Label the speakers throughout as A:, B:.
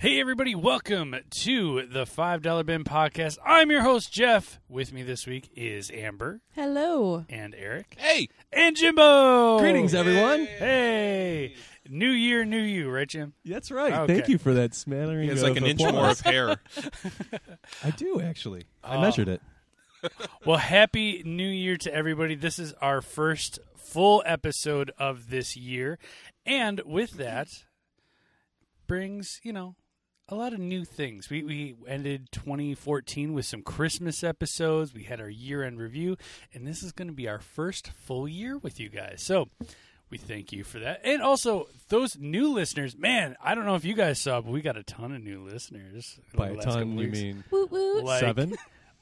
A: Hey, everybody, welcome to the $5 Bin Podcast. I'm your host, Jeff. With me this week is Amber
B: Hello.
A: and Eric
C: Hey,
A: and Jimbo.
D: Greetings, everyone.
A: Hey, new year, new you, right, Jim?
D: That's right.
A: Okay.
D: Thank you for that smattering.
C: he has
D: of
C: like an inch
D: applause.
C: more of hair.
D: I do actually.
C: Oh.
D: I measured it.
A: Well, happy new year to everybody. This is our first full episode of this year. And with that brings, you know, a lot of new things. We, we ended 2014 with some Christmas episodes. We had our year end review. And this is going to be our first full year with you guys. So we thank you for that. And also, those new listeners, man, I don't know if you guys saw, but we got a ton of new listeners. in
D: By
A: the last
D: time
A: couple
D: you
A: weeks.
D: mean
B: Woot woot.
A: Like-
D: seven?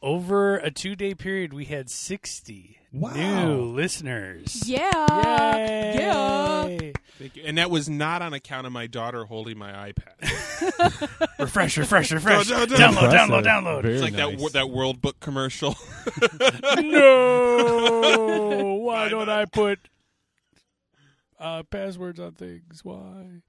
A: over a two day period, we had 60
D: Wow.
A: new listeners.
B: Yeah.
A: Yay.
B: Yeah.
C: Thank you. And that was not on account of my daughter holding my iPad.
A: Refresh, refresh, refresh.
C: Don't- don't-
A: download, download,
D: Impressive.
A: download.
D: Very
C: It's like that
D: nice.
C: wo- that World Book commercial.
A: no. Why don't I put uh, passwords on things? Why?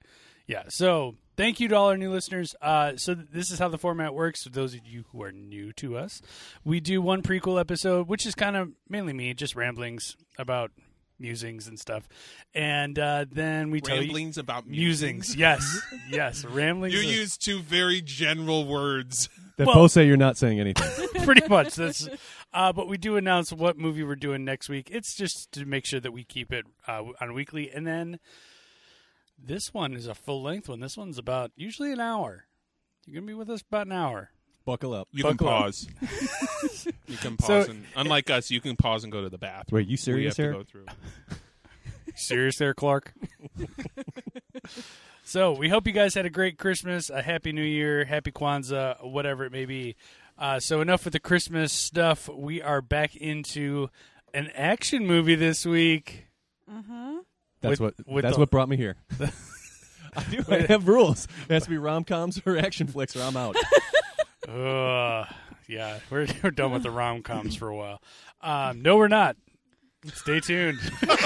A: Yeah. So thank you to all our new listeners. Uh, so th- this is how the format works. For those of you who are new to us, we do one prequel episode, which is kind of mainly me, just ramblings about musings and stuff, and uh, then we tell you.
C: Ramblings about
A: Musings, yes, yes, ramblings.
C: You
A: of-
C: use two very general words.
D: That
A: Well-
D: both say you're not saying anything.
A: pretty much. That's, uh, but we do announce what movie we're doing next week. It's just to make sure that we keep it uh, on weekly. And then this one is a full length one. This one's about usually an hour. You're gonna be with us about an hour.
D: Buckle up.
C: You
D: Buckle
C: can
D: up.
C: pause. you can
A: So-
C: pause, and unlike us, you can pause and go to the bathroom.
D: Wait, you serious
C: we have
D: here?
C: to go through.
A: Serious there, Clark. so we hope you guys had a great Christmas, a happy New Year, happy Kwanzaa, whatever it may be. Uh, so enough with the Christmas stuff. We are back into an action movie this week. With-
D: That's what.
A: with
D: that's
A: the-
D: what brought me here. I do. I have rules. It has to be rom coms or action flicks, or I'm out.
A: Ugh. Yeah, we're, we're done with the rom coms for a while. Um, no, we're not. Stay tuned.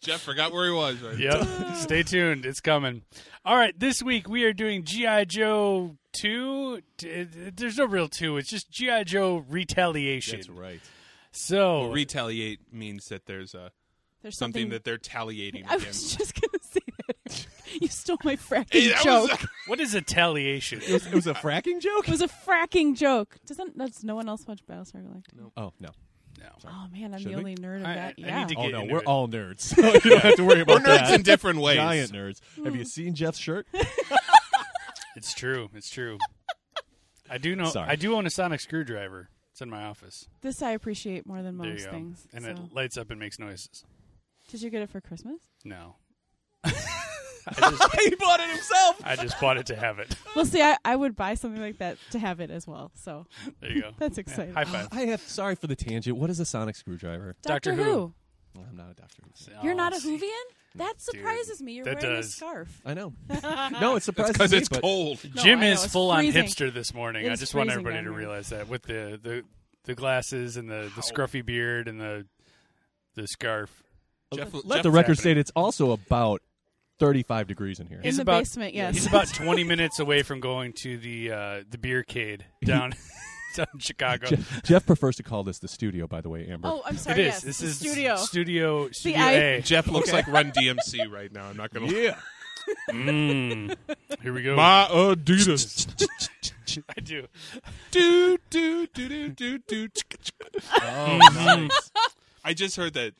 C: Jeff forgot where he was. Right?
A: yep. Stay tuned. It's coming. All right. This week we are doing G.I. Joe 2. T- it- There's no real 2. It's just G.I. Joe Retaliation.
D: That's right.
A: So,
C: Well, retaliate means that there's a
B: There's
C: something that they're talliating
B: I
C: against.
B: was just gonna say that. you stole my fracking
C: Hey, that
B: joke.
C: was-
A: what is retaliation?
D: It was, it was a fracking joke.
B: it was a fracking joke. Doesn't that's no one else watch Battlestar Galactica?
D: Oh no.
B: Oh man, I'm
D: Should
B: the
D: we?
B: only nerd of
A: I-
B: that.
A: I
B: yeah.
A: need to
D: Oh
A: Get
D: no.
A: into
D: We're
A: it.
D: all nerds. So you don't have to worry
C: We're
D: about
C: nerds
D: that.
C: in different ways. Mm.
D: Giant nerds. Have you seen Jeff's shirt?
A: It's true. It's true. I do know.
D: Sorry.
A: I do own a sonic screwdriver. It's in my office.
B: This I appreciate more than
A: There you
B: most
A: go.
B: things.
A: and
B: so.
A: it lights up and makes noises.
B: Did you get it for Christmas?
A: No. I just,
D: he bought it himself.
A: I just bought it to have it.
B: Well, see, I, I would buy something like that to have it as well. So
A: There you go.
B: that's
A: Yeah,
B: exciting.
A: High five.
D: I have. Sorry for the tangent. What is a sonic screwdriver?
A: Doctor
B: Doctor
A: Who.
B: Who.
D: Well, I'm not a doctor.
B: You're not a
A: Oh, see.
B: Whovian? That surprises me. You're
A: that
B: wearing
A: does.
B: a scarf.
D: I know. no, it's surprising
C: because
D: me,
C: it's
D: but
C: cold.
B: No,
A: Jim
B: I know,
A: is
B: it's
A: full on
B: freezing.
A: hipster this morning.
B: It
A: I
B: is
A: just want
B: freezing
A: everybody to
B: down here.
A: realize that with the the, the glasses and the, the scruffy beard and the the scarf.
C: Jeff,
D: Let
C: Jeff
D: the
A: happening.
D: record state it's also about 35 degrees in here.
B: In
A: He's
B: the
A: about-
B: basement, yes.
A: He's about twenty minutes away from going to the uh, the beercade down down in Chicago.
D: Jeff, Jeff prefers to call this the studio, by the way, Amber.
B: Oh, I'm
A: it
B: sorry.
A: is.
B: Yes,
A: this
B: the
A: is
B: studio.
A: Studio Studio
B: I-
A: A.
C: Jeff looks like Run DMC right now. I'm not gonna. lie.
D: yeah.
A: Mm. Here we go.
C: My Adidas.
A: I do.
C: do do do do do do.
D: Oh,
C: I just heard that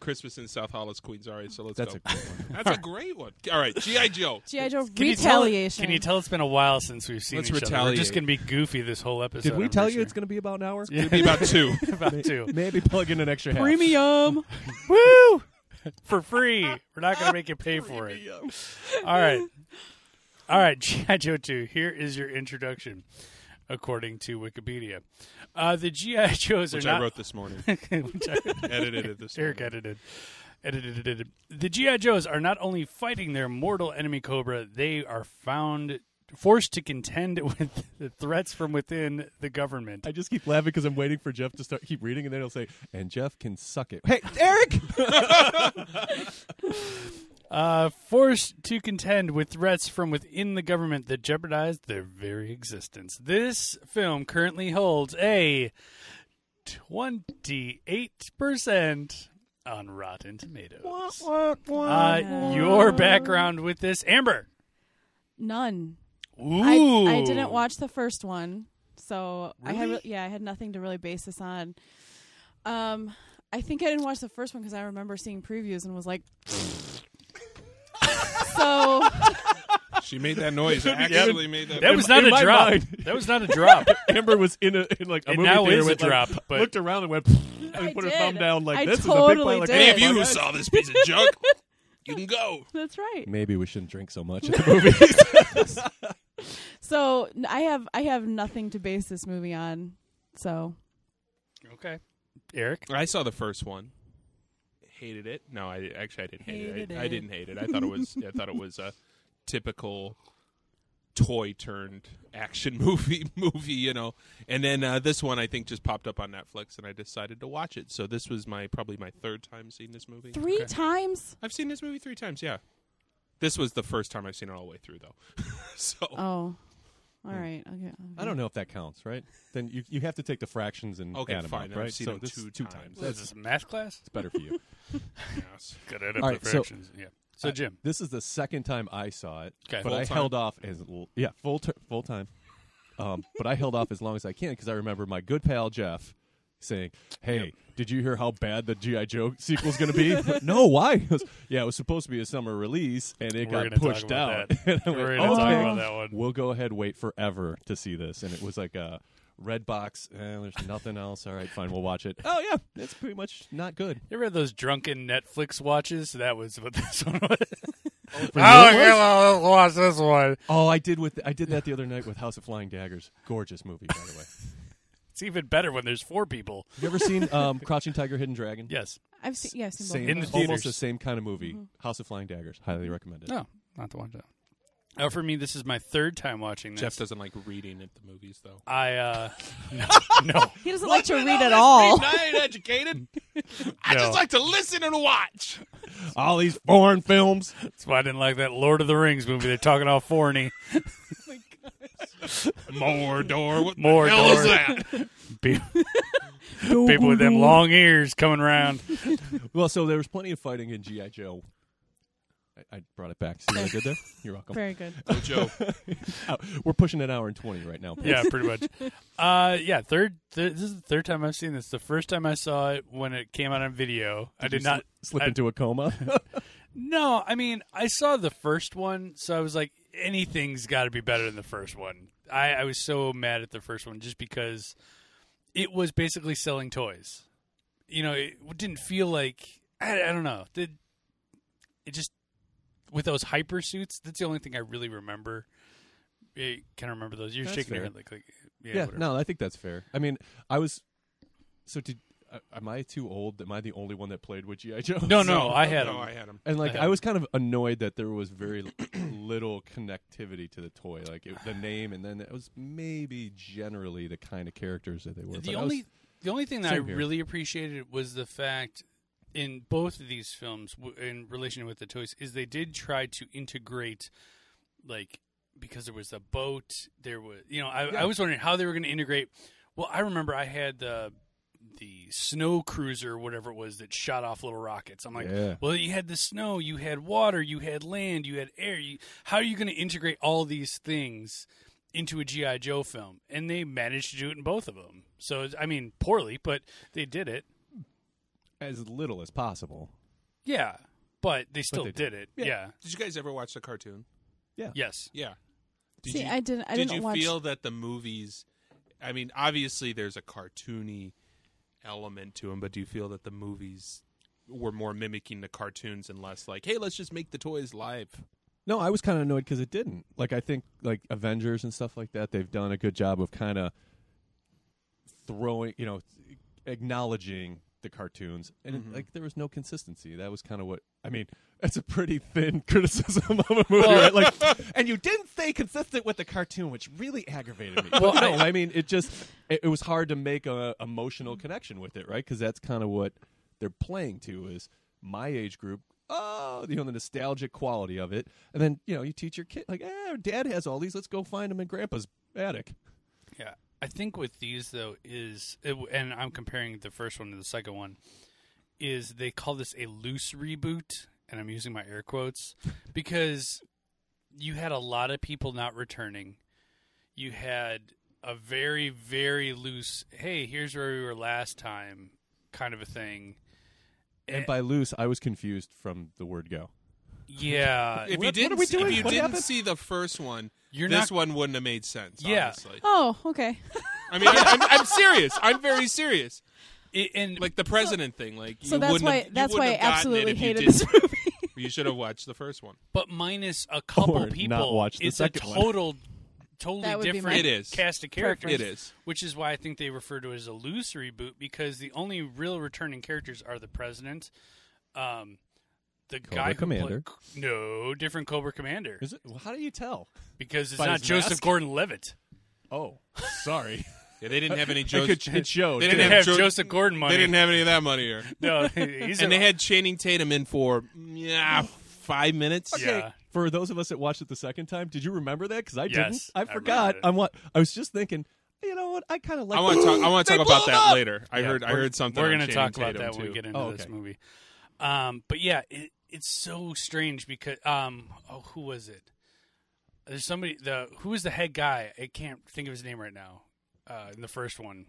C: Christmas in South Hollis, Queens. All right, so let's
D: That's
C: go.
D: a good one.
C: That's a great one. All right, GI Joe.
B: G.I. Joe
A: you tell-
B: retaliation.
A: Can you tell it's been a while since we've seen
C: Let's
A: each other? We're
C: retaliate.
A: just gonna be goofy this whole episode.
D: Did we tell you it's going to be about an hour?
A: Yeah.
C: Be about two.
A: about to?
D: Maybe plug in an extra half.
B: Premium.
A: Woo! For free. We're not going to make you pay for it. All right. All right, G.I. Joe 2, here is your introduction, according to Wikipedia. Uh, the G.I. Joes
C: Which
A: are not.
C: I wrote this morning.
A: Which I-
C: Edited it this
A: Eric
C: morning.
A: edited. Edited, edited. The G.I. Joes are not only fighting their mortal enemy Cobra, they are found forced to contend with the threats from within the government.
D: I just keep laughing because I'm waiting for Jeff to start keep reading, and then he'll say, "And Jeff can suck it." Hey, Eric.
A: Uh, forced to contend with threats from within the government that jeopardize their very existence. This film currently holds a 28% on Rotten Tomatoes. Uh, your background with this, Amber.
B: None.
A: Ooh.
B: I, I didn't watch the first one, so I had re- yeah, I had nothing to really base this on. Um, I think I didn't watch the first one because I remember seeing previews and was like, so
C: She made that noise. Actually made that.
A: That
C: noise.
A: was not
D: in
A: a
D: my
A: drop.
D: mind-
A: That was not a drop.
D: Amber was in a in like a
A: It
D: movie
A: now
D: theater
A: is a
D: with, like,
A: drop, but-
D: looked around and went and
B: I
D: put her
B: did.
D: thumb down like
B: I
D: this is a big
B: totally
D: pile of
B: did.
C: Any of
D: crap.
C: you who saw this piece of junk, you can go.
B: that's right.
D: Maybe we shouldn't drink so much at the movies.
B: So n- I have I have nothing to base this movie on. So
A: okay. Eric?
C: I saw the first one. Hated it. No, I actually I didn't hate
A: Hated
C: it. I, I
A: it.
C: didn't hate it. I thought it was I thought it was a typical toy turned action movie movie, you know. And then uh, this one I think just popped up on Netflix and I decided to watch it. So this was my probably my third time seeing this movie.
B: three
A: Okay.
B: times.
C: I've seen this movie 3 times, yeah. This was the first time I've seen it all the way through though. so
B: Oh,
A: Hmm.
B: all right. Okay.
D: I don't know if that counts, right? Then you you have to take the fractions and
C: Okay,
D: add them
C: fine.
D: up,
C: I've
D: right?
C: seen
D: so
C: them
D: this
C: two
D: is two
C: times.
D: times.
A: What is
D: That's
A: this, a math class?
D: better for you.
C: yes.
A: Good at
D: All right, so-
A: yeah. So,
D: Uh,
A: Jim.
D: this is the second time I saw it,
A: Okay.
D: but
A: Full
D: I
C: time.
D: held off as l- yeah full ter- full time. Um, but I held off as long as I can because I remember my good pal Jeff saying, "Hey, did you hear how bad the GI Joe sequel's going to be?" no, why? He goes, yeah, it was supposed to be a summer release, and it
A: We're
D: got
A: gonna talk
D: pushed
A: about
D: out. Oh.
A: that.
D: And I
A: We're
D: went,
A: gonna talk
D: "Okay,
A: about that one."
D: We'll go ahead wait forever to see this, and it was like a. Red box, eh, there's nothing else. All right, fine, we'll watch it. Oh yeah, it's pretty much not good.
A: You ever had those drunken Netflix watches? That was what this one was. oh,
D: yours?
A: yeah, let's watch this one.
D: Oh, I did with I did that the other night with House of Flying Daggers. Gorgeous movie, by the way.
A: It's even better when there's four people.
D: You ever seen um, Crouching Tiger, Hidden Dragon?
A: Yes.
B: I've seen yeah, I've seen both
D: Same,
B: of
A: In the
B: those.
A: theater. theaters.
D: almost the same kind of movie. House of Flying Daggers, highly recommended.
A: No, not the one. No. Uh, for me, this is my third time watching this.
C: Jeff doesn't like reading at the movies though.
A: I uh, no, no,
B: He doesn't like to read at all.
C: I ain't educated. I
A: No.
C: just like to listen and watch.
D: All these foreign films.
A: that's why I didn't like that Lord of the Rings movie. They're talking all foreigny.
C: Mordor. What
A: Mordor.
C: the hell is that?
A: Pe- People with them long ears coming around.
D: Well, so there was plenty of fighting in GI Joe. I, I brought it back. See what I did there? You're welcome.
B: Very good.
C: Oh, Joe.
D: Oh, we're pushing an hour and twenty right now.
A: Yeah, pretty much. Uh, yeah, third. Th- this is the third time I've seen this. The first time I saw it when it came out on video, I
D: You
A: did not
D: sli- slip
A: I-
D: into a coma.
A: No, I mean, I saw the first one, so I was like, anything's got to be better than the first one. I, I was so mad at the first one just because it was basically selling toys. You know, it didn't feel like I, I don't know. It, it just with those hyper suits. That's the only thing I really remember. I can I remember those. You're
D: That's
A: shaking your
D: fair.
A: head like, like yeah,
D: yeah,
A: whatever.
D: no, I think that's fair. I mean, I was. So did uh, am I too old? Am I the only one that played with GI Joe?
A: no, no, I had
C: no,
A: them.
C: I had him.
D: And like
A: Yeah.
D: I was kind of annoyed that there was very little connectivity to the toy, like it, the name, and then it was maybe generally the kind of characters that they were.
A: The
D: But I
A: only
D: was-
A: the only thing that I
D: Same here.
A: really appreciated was the fact in both of these films, w- in relation with the toys, is they did try to integrate, like because there was a boat, there was you know I, I was wondering how they were going to integrate. Well, I remember I had the the snow cruiser, whatever it was, that shot off little rockets. I'm like,
D: Yeah.
A: well, you had the snow, you had water, you had land, you had air. You, how are you going to integrate all these things into a GI Joe film? And they managed to do it in both of them. So I mean, poorly, but they did it.
D: as little as possible.
A: Yeah, but they still
D: they
A: did,
D: did.
A: it. Yeah.
C: Did you guys ever watch the cartoon?
A: Yes.
C: Yeah. Did
B: See,
C: you,
B: I didn't. I
C: did
B: didn't
C: you
B: watch.
C: feel that the movies? I mean, obviously there's a cartoony element to them, but do you feel that the movies were more mimicking the cartoons and less like, hey, let's just make the toys live?
D: No, I was kind of annoyed because it didn't. Like I think like Avengers and stuff like that, they've done a good job of kind of throwing, you know, acknowledging the cartoons, and it, like there was no consistency. That was kind of what I mean. That's a pretty thin criticism of a movie, right? Like, and you didn't stay consistent with the cartoon, which really aggravated me. well, no, I, mean it just it, it was hard to make a emotional connection with it, right? Because that's kind of what they're playing to is my age group. Oh, you know the nostalgic quality of it, and then you know you teach your kid like, eh, dad has all these. Let's go find them in grandpa's attic.
A: Yeah, I think with these though is, it, and I'm comparing the first one to the second one, is they call this a loose reboot, and I'm using my air quotes because you had a lot of people not returning. You had a very very loose, hey, here's where we were last time, kind of a thing.
D: And by loose, I was confused from the word go.
A: Yeah,
C: If you
D: What- what
C: didn't,
D: are we
C: see- if
D: doing?
C: you
D: What
C: didn't
D: happened?
C: see the first one,
A: You're
C: this
A: not-
C: one wouldn't have made sense.
A: Yeah.
C: honestly.
B: Oh, okay.
C: I mean, I, I'm, I'm serious. I'm very serious.
A: it, and
C: Like the president thing. Like
B: so
C: you
B: that's
C: wouldn't
B: why
C: have, you
B: that's why I
C: wouldn't have gotten it
B: absolutely
C: if you
B: hated
C: didn't.
B: this movie.
C: You should have watched the first one.
A: but minus a couple
D: Or not
A: people,
D: watch the
A: it's
D: second
A: a
D: one.
A: total, totally
B: That would be
A: different
B: my
C: It is.
A: cast of characters.
C: It is.
A: which is why I think they refer to it as a loose reboot because the only real returning characters are the president, um, the guy who
D: Commander.
A: played- no, different Cobra Commander
D: Is it? well, how do you tell?
A: because it's
D: by
A: not
D: his
A: Joseph
D: mask?
A: Gordon-Levitt.
D: Oh, sorry.
C: Yeah, they didn't have any
D: I
C: Joe.
D: could, it showed.
C: They
A: They
C: didn't
A: didn't have
C: have Jo-
A: Joseph Gordon money.
C: They didn't have any of that money here.
A: no, he's
C: And
A: a-
C: they had Channing Tatum in for yeah five minutes.
A: Okay. Yeah.
D: For those of us that watched it the second time, did you remember that? Because I
A: Yes,
D: didn't. I
A: I
D: forgot.
A: remember it.
D: I'm what I was just thinking. You know what? I kind of like.
C: I want to talk. I want to
D: They
C: talk
D: blew
C: about
D: him
C: that
D: up!
C: later. I
A: Yeah,
C: heard. I
A: we're-
C: heard something.
A: We're
C: on
A: gonna
C: Channing
A: talk about
C: Tatum,
A: that when
C: too.
A: we get into
D: Oh,
A: this
D: okay.
A: movie. Um, but yeah, it, it's so strange because um, oh, who was it? There's somebody the who was the head guy? I can't think of his name right now. Uh, in the first one,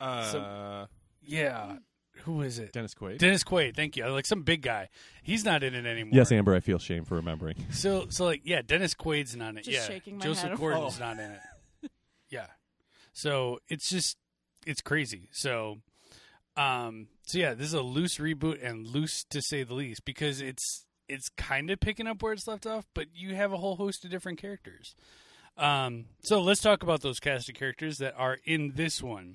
C: Uh,
A: yeah, who is it?
D: Dennis Quaid.
A: Dennis Quaid. Thank you. Like some big guy. He's not in it anymore.
D: yes, Amber. I feel shame for remembering.
A: So so like yeah, Dennis Quaid's not in it.
B: Just
A: yeah,
B: shaking my
A: Joseph
B: head.
A: Gordon's not in it. Yeah, so it's just it's crazy. So, um, so yeah, this is a loose reboot and loose to say the least because it's it's kind of picking up where it's left off, but you have a whole host of different characters. Um, so let's talk about those cast of characters that are in this one,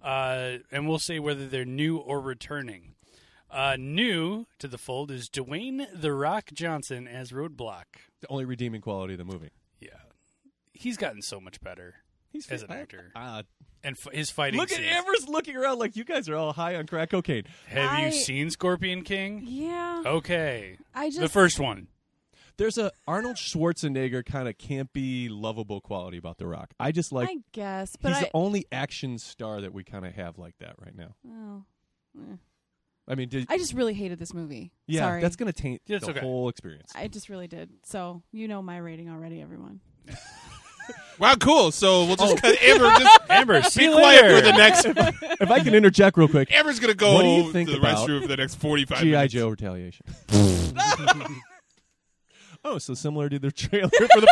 A: uh, and we'll say whether they're new or returning. Uh, new to the fold is Dwayne the Rock Johnson as Roadblock.
D: The only redeeming quality of the movie.
A: Yeah, he's gotten so much better
D: He's
A: As an
D: I-
A: actor.
D: ah,
A: and f- his fighting.
D: look at
A: scenes.
D: Amber's looking around like you guys are all high on crack cocaine.
A: Have
B: I-
A: you seen Scorpion King?
B: yeah,
C: Oh.
A: Okay,
B: I just
A: the first one.
D: There's a Arnold Schwarzenegger kind of campy, lovable quality about The Rock. I just like.
B: I guess, but
D: he's
B: I
D: the only action star that we kind of have like that right now.
B: oh,
D: I mean, did,
B: I just really hated this movie.
D: yeah,
B: Sorry.
D: that's gonna taint
A: It's
D: the
A: okay.
D: whole experience.
B: I just really did. So you know my rating already, everyone.
C: wow, cool. So we'll just cut Amber. Just
A: Amber, see
C: be
A: you
C: quiet for
A: later.
C: the next.
D: if I can interject real quick,
C: Amber's gonna go
D: What do you think
C: to the
D: about
C: restroom for the next forty-five.
D: GI
C: minutes.
D: Joe retaliation. oh, so similar to the trailer for the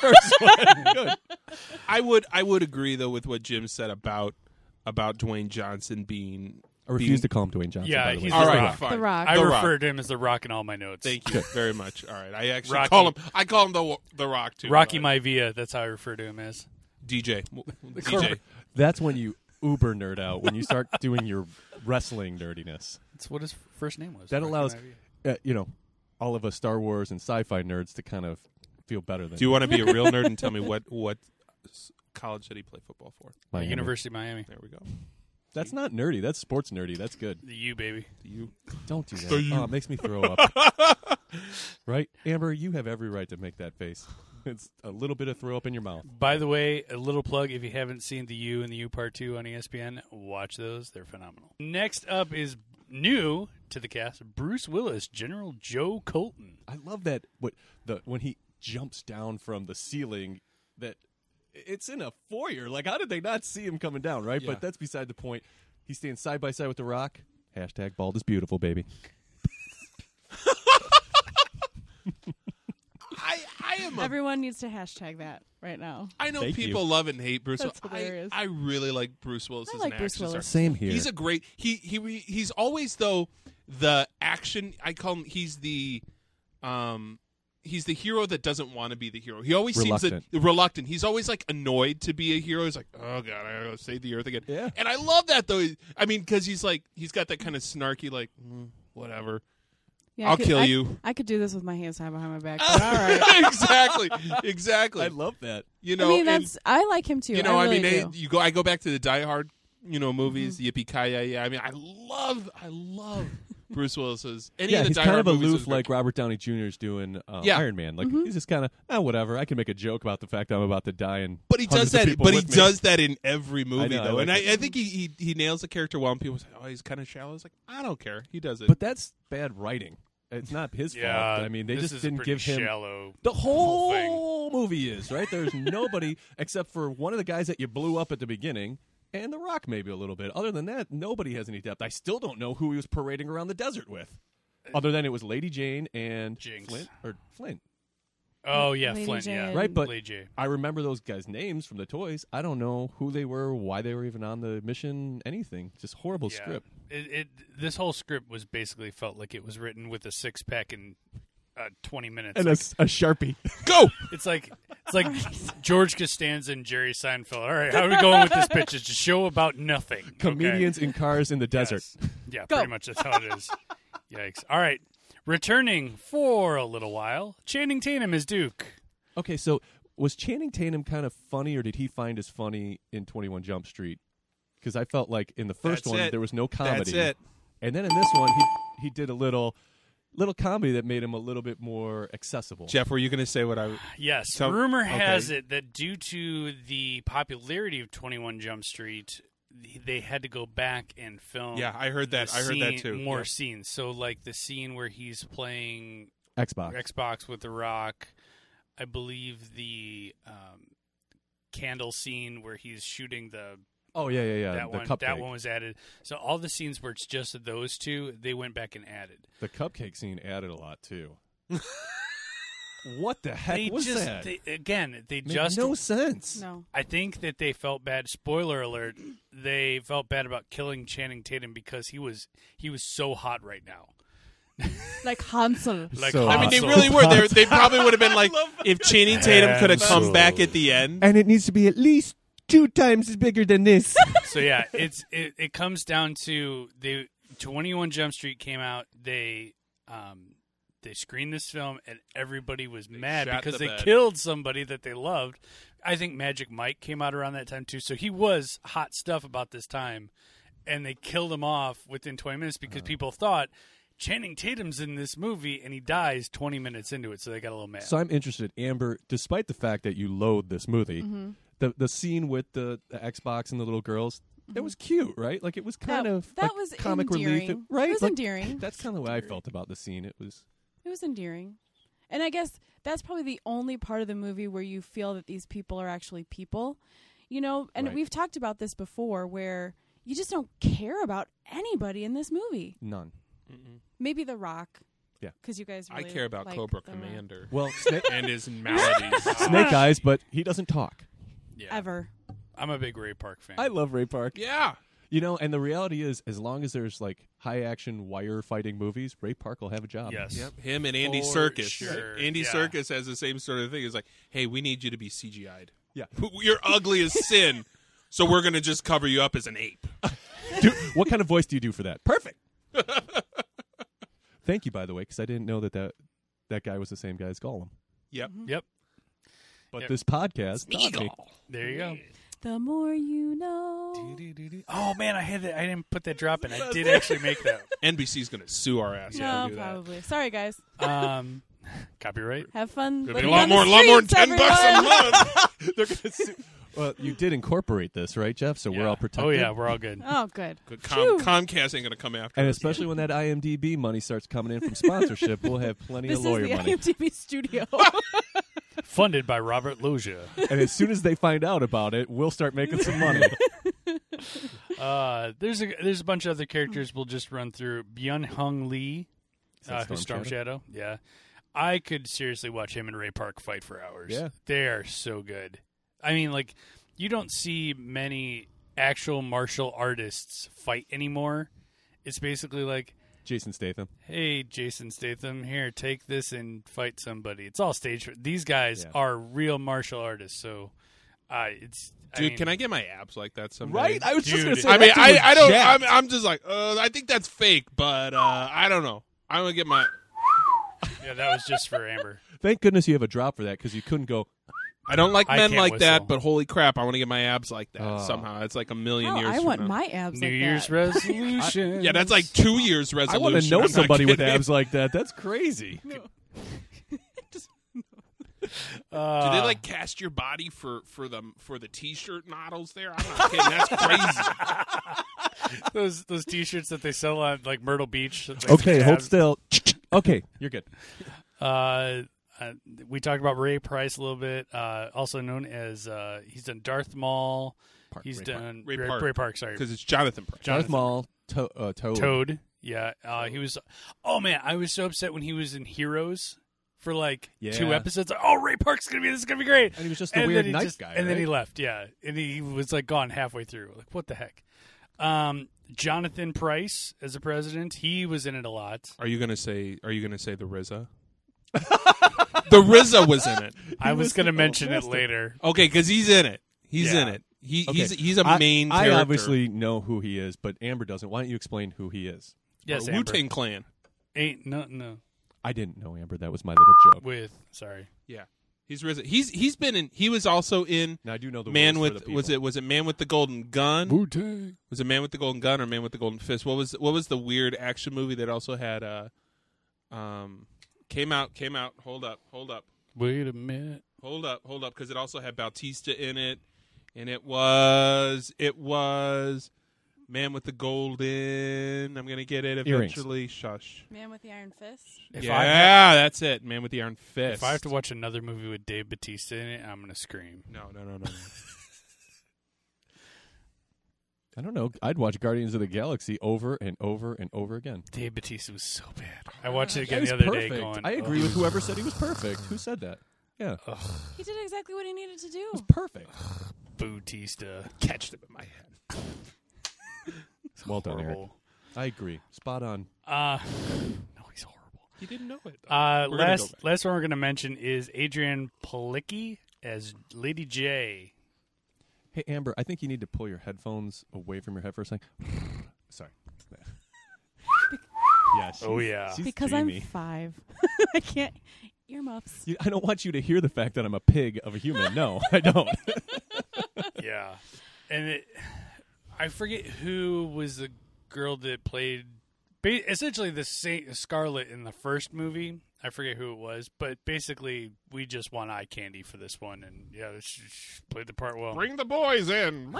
D: first one. Good.
C: I would. I would agree though with what Jim said about about Dwayne Johnson being.
D: I refuse to call him Dwayne Johnson.
A: Yeah,
D: by the way.
A: he's
C: All
A: The
C: right,
A: Rock.
C: fine.
B: The Rock.
A: I
C: The
A: refer to him as the Rock in all my notes.
C: Thank you very much. All right, I actually
A: Rocky.
C: call him. I call him the the Rock too.
A: Rocky
C: All right.
A: Maivia. That's how I refer to him as.
C: DJ. DJ.
D: That's when you uber nerd out when you start doing your wrestling nerdiness.
A: That's what his first name was.
D: That
A: Rocky
D: allows,
A: Maivia.
D: uh, you know, all of us Star Wars and sci-fi nerds to kind of feel better than
C: Do you want to be a real nerd and tell me what what s- college did he play football for?
D: Miami.
A: University of Miami.
C: There we go.
D: That's not nerdy. That's sports nerdy. That's good.
A: The U baby.
C: You
D: Don't do that.
C: So you-
D: Oh, it makes me throw up. right, Amber, you have every right to make that face. It's a little bit of throw up in your mouth.
A: By the way, a little plug if you haven't seen the U and the U Part 2 on E ESPN, watch those. They're phenomenal. Next up is new to the cast Bruce Willis, General Joe Colton.
D: I love that what the when he jumps down from the ceiling that it's in a foyer. Like how did they not see him coming down, right?
C: Yeah.
D: But that's beside the point. He stands side by side with the rock. Hashtag bald is beautiful, baby.
C: I I am a,
B: Everyone needs to hashtag that right now.
C: I know
D: Thank
C: people love and hate Bruce.
B: That's
C: Willis.
B: hilarious.
C: I, I really like Bruce Willis
B: I
C: as
B: like
C: an
B: Bruce
C: action star.
B: Willis.
D: Same here.
C: He's a great. He he re- he's always though the action. I call him. He's the um. he's the hero that doesn't want to be the hero. He always seems
D: Reluctant.
C: that, reluctant. He's always like annoyed to be a hero. He's like, oh god, I gotta save the earth again.
D: Yeah.
C: And I love that though. I mean, because he's like he's got that kind of snarky like "Mm, whatever.
B: Yeah, I
C: I'll
B: could-
C: kill
B: I-
C: you. Ah,
B: I could do this with my hands tied behind my back. but all right.
C: exactly, exactly.
D: I love that.
B: I
C: you know,
B: mean,
C: and-
B: that's I like him too.
C: you know, I,
B: really
C: mean, eh,
B: do. Mm-hmm.
C: you go. I go back to the Die Hard, you know, movies, Yippee Ki Yay! I mean, I love, I love Bruce Willis's. Any
D: yeah,
C: of the
D: he's
C: Die
D: kind
C: Hard
D: of
C: movies
D: aloof,
C: is
D: like
C: great.
D: Robert Downey Jr. is doing um,
C: Yeah. Mm-hmm.
D: Iron Man. Like he's just kind of ah, whatever. I can make a joke about the fact that I'm about to die, and
C: But he does
D: hundreds of
C: that.
D: people
C: But he
D: with me.
C: does that in every movie,
D: know, I
C: though, and I,
D: like
C: I think he, he he nails the character well. And people say, "Oh, he's kind of shallow." It's like I don't care. He does it.
D: But that's bad writing. It's not his fault. I mean, they
A: this
D: just
A: is a
D: didn't
A: pretty
D: give him
A: shallow.
D: the
A: whole
D: whole,
A: thing.
D: movie is right. There's nobody except for one of the guys that you blew up at the beginning. And The Rock, maybe a little bit. Other than that, nobody has any depth. I still don't know who he was parading around the desert with. Other than it was Lady Jane and
A: Jinx.
D: Flint or Flint,
A: Oh yeah,
B: Lady
A: Flint.
B: J
A: Yeah,
B: and-
D: right? But
A: Lady J.
D: I remember those guys' names from the toys. I don't know who they were, why they were even on the mission, anything. Just horrible
A: Yeah.
D: script.
A: It, it this whole script was basically felt like it was written with a six pack and uh, twenty minutes.
D: And a,
A: Like,
D: s- a sharpie.
C: go.
A: it's like it's like George Costanza and Jerry Seinfeld. All right, how are we going with this pitch? It's a show about nothing. okay?
D: Comedians in cars in the desert.
A: Yes. Yeah,
B: Go.
A: pretty much that's how it is. Yikes! All right, returning for a little while, Channing Tatum is Duke.
D: Okay, so was Channing Tatum kind of funny, or did he find us funny in Twenty One Jump Street? Because I felt like in the first
C: That's
D: one
C: it.
D: there was no comedy,
C: That's it.
D: and then in this one he he did a little little comedy that made him a little bit more accessible.
C: Jeff, were you going to say what I?
A: Yes.
C: So-
A: Rumor
C: okay.
A: has it that due to the popularity of 21 Jump Street, they had to go back and film.
C: Yeah, I heard that.
A: the
C: I heard that
A: scene-
C: too.
A: More
C: Yeah.
A: scenes. So like the scene where he's playing
D: Xbox.
A: Xbox with the Rock. I believe the um, candle scene where he's shooting the
D: oh yeah, yeah, yeah.
A: that
D: the
A: one
D: cupcake.
A: that one was added. So all the scenes where it's just those two, they went back and added.
D: The cupcake scene added a lot too. what the heck
A: they
D: was
A: just
D: that?
A: They, again, they
D: Made
A: just
D: no sense.
B: No,
A: I think that they felt bad. Spoiler alert: they felt bad about killing Channing Tatum because he was he was so hot right now.
B: like Hansel.
A: Like,
D: So
C: I mean, they
A: Hansel.
C: really were. They, they probably would have been like, if Channing Tatum could have come
A: Absolutely.
C: back at the end.
D: And it needs to be at least two times as bigger than this.
A: So yeah, it's it, it comes down to the Twenty One Jump Street came out. They um they screened this film and everybody was mad
C: shot
A: because
C: the
A: they
C: bed.
A: killed somebody that they loved. I think Magic Mike came out around that time too, so he was hot stuff about this time, and they killed him off within twenty minutes because
C: Uh-huh.
A: people thought. Channing Tatum's in this movie and he dies 20 minutes into it, so they got a little mad.
D: So I'm interested, Amber. Despite the fact that you loathe this movie,
B: Mm-hmm.
D: the the scene with the, the Xbox and the little girls, that was cute, right? Like it was kind
B: Mm-hmm. That-
D: of
B: that
D: like
B: was
D: comic relief,
B: endearing.
D: right?
B: It was
D: Like,
B: endearing.
D: That's kind of the way I felt about the scene. It was
B: It was endearing. And I guess that's probably the only part of the movie where you feel that these people are actually people. You know, and
D: Right.
B: we've talked about this before where you just don't care about anybody in this movie.
D: none.
B: Maybe The Rock.
D: Yeah.
B: Because you guys
C: I
B: really
C: care about
B: like
C: Cobra
B: The Rock.
C: Commander
D: Well, Snake,
C: and his maladies.
D: Snake
B: Ah.
D: Eyes, but he doesn't talk.
A: yeah.
B: Ever.
A: I'm a big Ray Park fan.
D: I love Ray Park.
C: yeah,
D: You know, and the reality is, as long as there's like high action wire fighting movies, Ray Park will have a job.
A: yes.
C: Yep, him and Andy
A: For
C: Circus.
A: sure,
C: Andy
A: yeah.
C: Circus has the same sort of thing. It's like, hey, we need you to be CGI'd.
D: Yeah.
C: You're ugly as sin, so we're gonna just cover you up as an ape.
D: Do- what kind of voice do you do for that? Perfect. Thank you, by the way, because I didn't know that that that guy was the same guy as Gollum.
C: Yep.
A: Yep.
D: But
A: Yep.
D: this podcast, taught me.
A: There you go.
B: The more you know.
A: Oh man, I had that. I didn't put that drop in. I did actually make that.
C: NBC's gonna sue our ass. if
B: No,
C: we do that.
B: Oh, probably. Sorry, guys.
A: Um, copyright.
B: Have fun.
C: It'd be
B: living
C: a lot
B: on the
C: more, a lot more than
B: streets,
C: ten bucks a
B: everyone.
C: month.
D: They're gonna sue- well, you did incorporate this, right, Jeff? So we're all protected.
A: Oh yeah, we're all good.
B: Oh, good.
C: Good
B: Phew.
C: Com- Comcast ain't gonna come after.
D: And
C: us.
D: especially when that IMDb money starts coming in from sponsorship, we'll have plenty
B: This
D: of
B: is
D: lawyer
B: the
D: money.
B: IMDb studio. Oh,
A: Funded by Robert Loggia.
D: and as soon as they find out about it, we'll start making some money.
A: Uh, there's a there's a bunch of other characters we'll just run through. Byun Hung Lee,
D: that
A: uh, who's Storm
D: Storm
A: Shadow. Yeah, I could seriously watch him and Ray Park fight for hours.
D: Yeah.
A: they are so good. I mean, like you don't see many actual martial artists fight anymore. It's basically like
D: Jason Statham.
A: hey jason statham here take this and fight somebody it's all stage these guys
D: Yeah.
A: are real martial artists so uh, it's
C: Dude,
A: I mean,
C: can I get my abs like that someday?
D: I was
A: Dude,
C: I mean,
D: that dude
C: I,
D: was
C: I don't.
D: jacked.
C: I'm, I'm just like, uh, I think that's fake, but uh, I don't know. I'm gonna get my.
A: yeah that was just for amber
D: Thank goodness you have a drop for that because you couldn't go.
C: I don't like
A: I
C: men
A: can't
C: like that,
A: whistle.
C: but holy crap, I want to get my abs like that
D: Oh.
C: somehow. It's like a million
B: Oh,
C: years.
B: I
C: from
B: want
C: now.
B: my abs.
A: new
B: like
A: year's
B: that.
A: resolution
C: Yeah, that's like two years
D: I
C: resolution.
D: want to know
C: I'm not
D: somebody with
C: kidding.
D: abs like that. That's crazy.
A: uh,
C: Do
D: Uh.
C: they like cast your body for for the for the t-shirt models there? I'm not kidding. That's crazy.
A: those those t-shirts that they sell on like myrtle beach like,
D: Okay,
A: abs.
D: hold still. okay, you're good.
A: Uh, uh, we talked about Ray Price a little bit, uh, also known as uh, he's done Darth Maul. he's
D: Ray Park.
A: done
C: Ray Park.
A: Ray Park. Sorry,
C: Because it's Jonathan Price.
D: Darth
A: Jonathan
D: Maul, to- uh, Toad.
A: Toad. Yeah, uh, he was. Oh man, I was so upset when he was in Heroes for like two
D: Yeah.
A: episodes. Like, oh, Ray Park's gonna be this is gonna be great.
D: And he was just a
A: then
D: weird
A: he
D: nice
A: just-
D: guy.
A: And then he
D: right?
A: left. Yeah, and he was like gone halfway through. Like what the heck? Um, Jonathan Price as a president, he was in it a lot.
C: Are you gonna say? Are you gonna say the RZA? the RZA was in it.
A: I was,
D: was
A: gonna
D: the-
A: mention it
D: fantastic. Uh,
A: later.
C: Okay, because he's in it. He's
A: Yeah.
C: in it. He,
D: Okay.
C: He's he's a
D: I-
C: main
D: I,
C: character.
D: obviously know who he is, but Amber doesn't. Why don't you explain who he is?
A: Yes,
C: Wu
A: Amber.
C: Tang Clan.
A: Ain't no no
D: I didn't know Amber. That was my little joke.
A: with sorry.
C: Yeah, he's RZA. He's he's been in. He was also in
D: Now I do know the
C: Man
D: rules for
C: with
D: the
C: was
D: people.
C: it was it Man with the Golden Gun?
A: Wu Tang.
C: Was it Man with the Golden Gun or Man with the Golden Fist? What was what was the weird action movie that also had uh um came out came out hold up hold up
A: Wait a minute.
C: hold up hold up because it also had Bautista in it and it was it was Man with the Golden I'm gonna get it
D: Earrings.
C: eventually shush
B: Man with the iron fist.
A: If I have,
C: yeah that's it Man with the Iron
A: if
C: Fist
A: I have to watch another movie with Dave Batista in it, I'm gonna scream.
C: no no no no, no.
D: I don't know. I'd watch Guardians of the Galaxy over and over and over again.
A: Dave Batista was so bad. I watched it again
D: That is
A: the other
D: perfect.
A: day. Going,
D: I agree
A: "Ugh."
D: with whoever said he was perfect. Who said that? Yeah, it
B: He did exactly what he needed to do.
D: was perfect.
A: Batista.
C: catch them in my head
D: Well done, Eric.
A: Horrible.
D: I agree. Spot on.
A: Uh, no, he's horrible.
C: you didn't know it
A: Uh,
C: We're gonna
A: last
C: go back.
A: last one we're gonna mention is Adrian Palicki as Lady J.
D: Hey Amber, I think you need to pull your headphones away from your head for a second. Sorry. yeah. She's,
A: Oh, yeah.
D: she's
B: because
D: dreamy.
B: I'm five. I can't earmuffs.
D: You- I don't want you to hear the fact that I'm a pig of a human. No, I don't.
A: yeah, and it, I forget who was the girl that played ba- essentially the Saint Scarlet in the first movie. I forget who it was, but basically we just want eye candy for this one, and yeah, she, she played the part well.
C: bring the boys in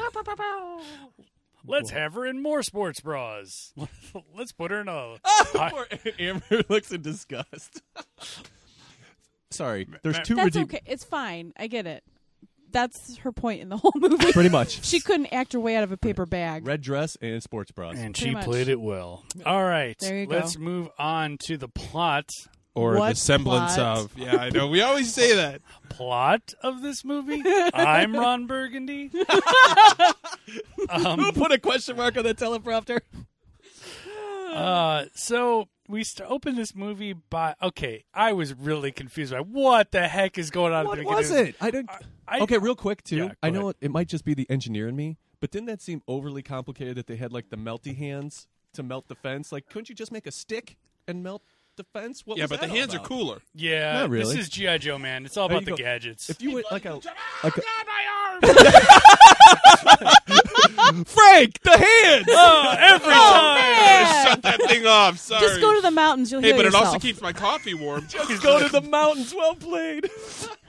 A: Let's have her in more sports bras. Let's put her in
C: Oh,
A: a.
D: Poor Amber looks in disgust. Sorry, there's two.
B: That's
D: redeem-
B: okay. It's fine. I get it. That's her point in the whole movie.
D: Pretty much.
B: she couldn't act her way out of a paper bag.
D: Red dress and sports bras.
A: And she
B: Pretty much.
A: played it well. All right,
B: There you go.
A: let's move on to the plot.
C: or the
B: What
C: semblance
B: plot?
C: of yeah I know we always say that
A: Plot of this movie. I'm Ron Burgundy. um,
D: Who put a question mark on the teleprompter?
A: Uh, so we st- open this movie by okay. I was really confused by what the heck is going on. at the
D: What
A: beginning
D: was
A: of this-
D: it? I didn't.
A: I-
D: okay, real quick too.
A: Yeah, go
D: I know it, it might just be the engineer in me, but didn't that seem overly complicated that they had like the melty hands to melt the fence? Like, couldn't you just make a stick and melt the fence? What
C: yeah
D: was
C: but the
D: that all
C: hands
D: about?
C: are cooler
A: Yeah,
D: Not really.
A: This is GI Joe, man. It's all
D: There
A: about the
D: you go.
A: gadgets.
D: If you went like a like a,
C: my arm
D: Frank, the hands.
A: oh, every time.
C: shut that thing off sorry
B: Just go to the mountains. You'll
C: hey
B: heal
C: but it also
B: yourself.
C: keeps my coffee warm
D: Just go to the mountains. Well played.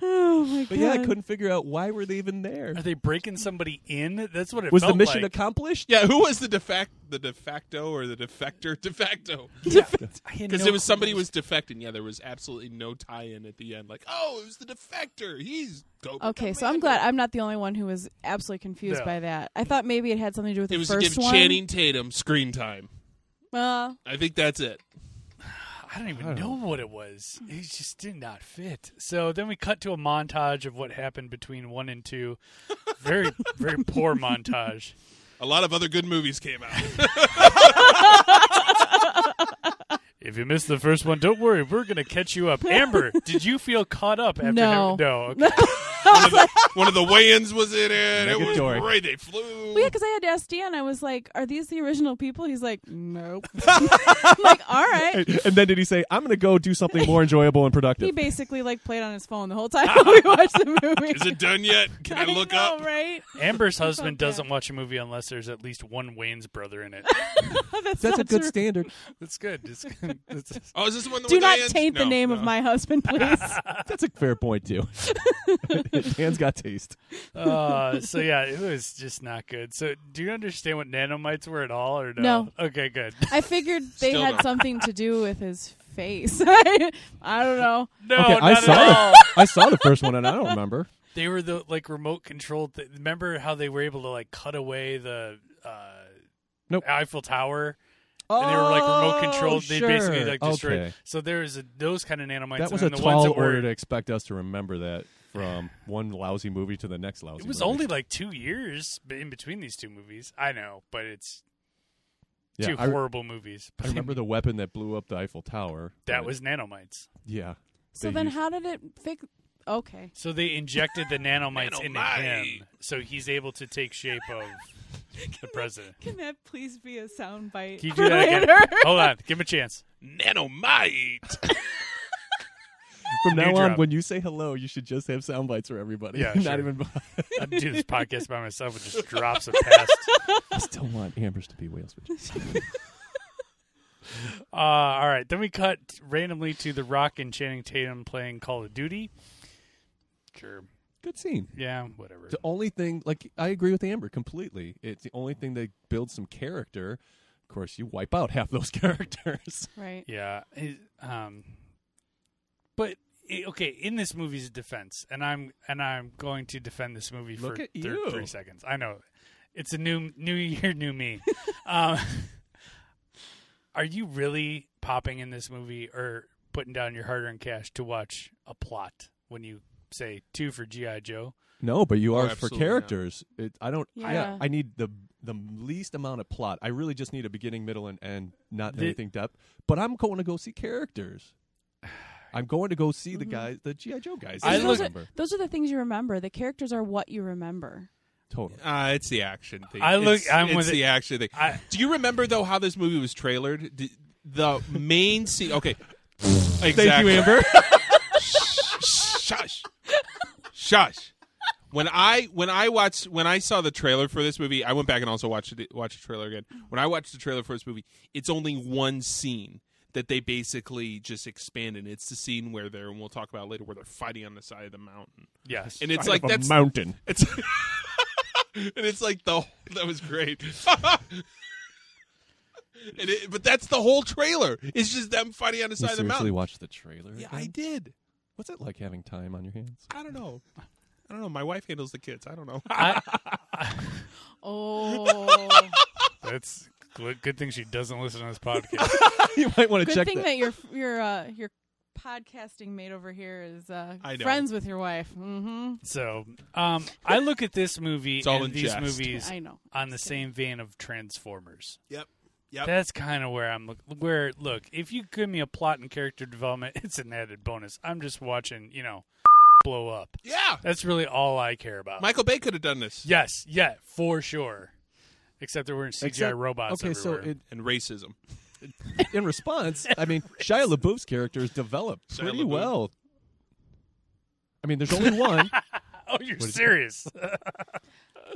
B: Oh my god.
D: But yeah, I couldn't figure out why were they even there.
A: Are they breaking somebody in? That's what it
D: Was the
A: felt
D: mission
A: like.
D: accomplished?
C: yeah who was the de fac- the de facto or the defector de facto because it was somebody was defecting yeah there was absolutely no tie-in at the end like oh it was the defector he's go
B: Okay, so I'm glad I'm not the only one who was absolutely confused
A: No.
B: by that. I thought maybe it had something to do with
C: it
B: the
C: was to
B: first
C: give
B: one. Uh,
C: Channing Tatum screen time
B: Well,
C: I think that's it
A: I don't even know what it was. It just did not fit. So then we cut to a montage of what happened between one and two. Very, very poor montage.
C: a lot of other good movies came out
A: If you missed the first one, don't worry. We're going to catch you up. Amber, did you feel caught up after
B: No.
A: having- No. Okay.
C: One of the, one of the weigh-ins was in it. It was
D: Negatory.
C: great. They flew.
B: Well, yeah, because I had to ask Dan. I was like, "Are these the original people?" He's like, "Nope." I'm like, "All right."
D: and then did he say, "I'm going to go do something more enjoyable and
B: He
D: productive"?
B: basically like played on his phone the whole time we watched the movie.
C: Is it done yet? Can I, look
B: know,
C: up?
B: Right?
A: Amber's husband
B: bad.
A: doesn't watch a movie unless there's at least one Wayne's brother in it.
B: That's,
D: That's
B: not
D: a good
B: true.
D: standard.
A: That's good. It's good. It's-
C: Oh, is this the one? that
B: Do
C: with
B: not
C: Diane's?
B: taint the
C: No,
B: name of
C: no.
B: my husband, please.
D: That's a fair point too. Dan's got taste.
A: uh, so yeah, it was just not good. So do you understand what nanomites were at all, or no?
B: No.
A: Okay, good.
B: I figured they
C: Still
B: had
C: don't.
B: something to do with his face. I don't know.
A: No,
D: okay,
A: not
D: I
A: at
D: saw
A: all.
D: it. I saw the first one and I don't remember.
A: They were the like remote controlled. Th- remember how they were able to like cut away the uh,
D: Nope. Oh,
A: Eiffel Tower? and they were like remote controlled. They basically like destroyed.
D: Okay.
A: So there's a, those kind of nanomites.
D: That was a
A: and then the ones
D: tall
A: that were,
D: order to expect us to remember that from one lousy movie to the next lousy.
A: It was
D: movie.
A: only like two years b- in between these two movies. I know, but it's
D: yeah,
A: two
D: I,
A: horrible movies.
D: I remember the weapon that blew up the Eiffel Tower.
A: that
D: but-
A: was nanomites.
D: yeah.
B: So
D: They
B: then,
D: used-
B: how did it fix? Okay.
A: So they injected the nanomites into
C: Nanomite.
A: him, so he's able to take shape of the president.
B: Can that please be a soundbite?
A: Can you do that again? Hold on, give him a chance.
C: Nanomite.
D: From
A: New
D: now on,
A: drop.
D: when you say hello, you should just have sound bites for everybody.
A: Yeah,
D: not
A: sure.
D: even.
A: I do this podcast by myself with just drops of past.
D: I still want Amber's to be Wales
A: Uh, all right, then we cut randomly to The Rock and Channing Tatum playing Call of Duty. Sure.
D: Good scene.
A: Yeah, whatever.
D: The only thing, like, I agree with Amber completely. It's the only thing that builds some character. Of course, you wipe out half those characters.
B: Right.
A: Yeah. his- um, but i- okay, in this movie's defense, and I'm and I'm going to defend this movie
D: Look
A: for
D: at you.
A: three seconds. I know it's a new new year, new me. um, are you really popping in this movie or putting down your hard-earned cash to watch a plot when you say two for GI Joe?
D: No, but you
C: Oh,
D: are for
C: absolutely not.
D: characters. It, I don't. Yeah.
B: Yeah.
D: I need the the least amount of plot. I really just need a beginning, middle, and end. Not
A: The-
D: anything depth. But I'm going to go see characters. I'm going to go see the guys, the GI Joe guys.
A: I
D: that
A: look-
B: those, are,
D: remember.
B: those are the things you remember. The characters are what you remember.
D: totally.
C: Uh, it's the action thing.
A: I look-
C: It's,
A: I'm
C: it's
A: with
C: the
A: it.
C: action thing.
A: I-
C: Do you remember though how this movie was trailered? D the main scene. Okay. exactly.
D: Thank you, Amber.
C: shush shush when i when i watched when i saw the trailer for this movie i went back and also watched it watched the trailer again when i watched the trailer for this movie it's only one scene that they basically just expand and it's the scene where they're and we'll talk about it later where they're fighting on the side of the mountain
A: Yes.
C: and it's like
D: Up a
C: that's
D: mountain.
C: it's and it's like the that was great. and it, but that's the whole trailer. It's just them fighting on the
D: You
C: side of the
D: seriously
C: mountain.
D: watched the trailer.
C: yeah,
D: again?
C: I did.
D: What's it like having time on your hands?
C: I don't know. I don't know. My wife handles the kids. I don't know.
A: I,
B: Oh,
A: that's good, good thing she doesn't listen to this podcast.
D: you might want to
B: good
D: check
B: thing
D: that.
B: that your your uh, your podcasting mate over here is uh,
C: I know.
B: friends with your wife. Mm-hmm.
A: So um, I look at this movie
C: It's all
A: and
C: in
A: these
C: jest.
A: movies
B: I know.
A: on the same vein of Transformers.
C: Yep. Yep.
A: That's kind of where I'm. Look, where look, if you give me a plot and character development, it's an added bonus. I'm just watching, you know, blow up.
C: yeah.
A: That's really all I care about.
C: Michael Bay could have done this.
A: yes, yeah, for sure. Except that we're in CGI
D: Except-
A: robots.
D: Okay,
A: everywhere.
D: so it,
C: And racism.
D: in response, I mean, Shia LaBeouf's character is developed
C: Shia
D: pretty
C: LaBeouf.
D: well. I mean, there's only one.
A: oh, you're
D: is it?
A: serious?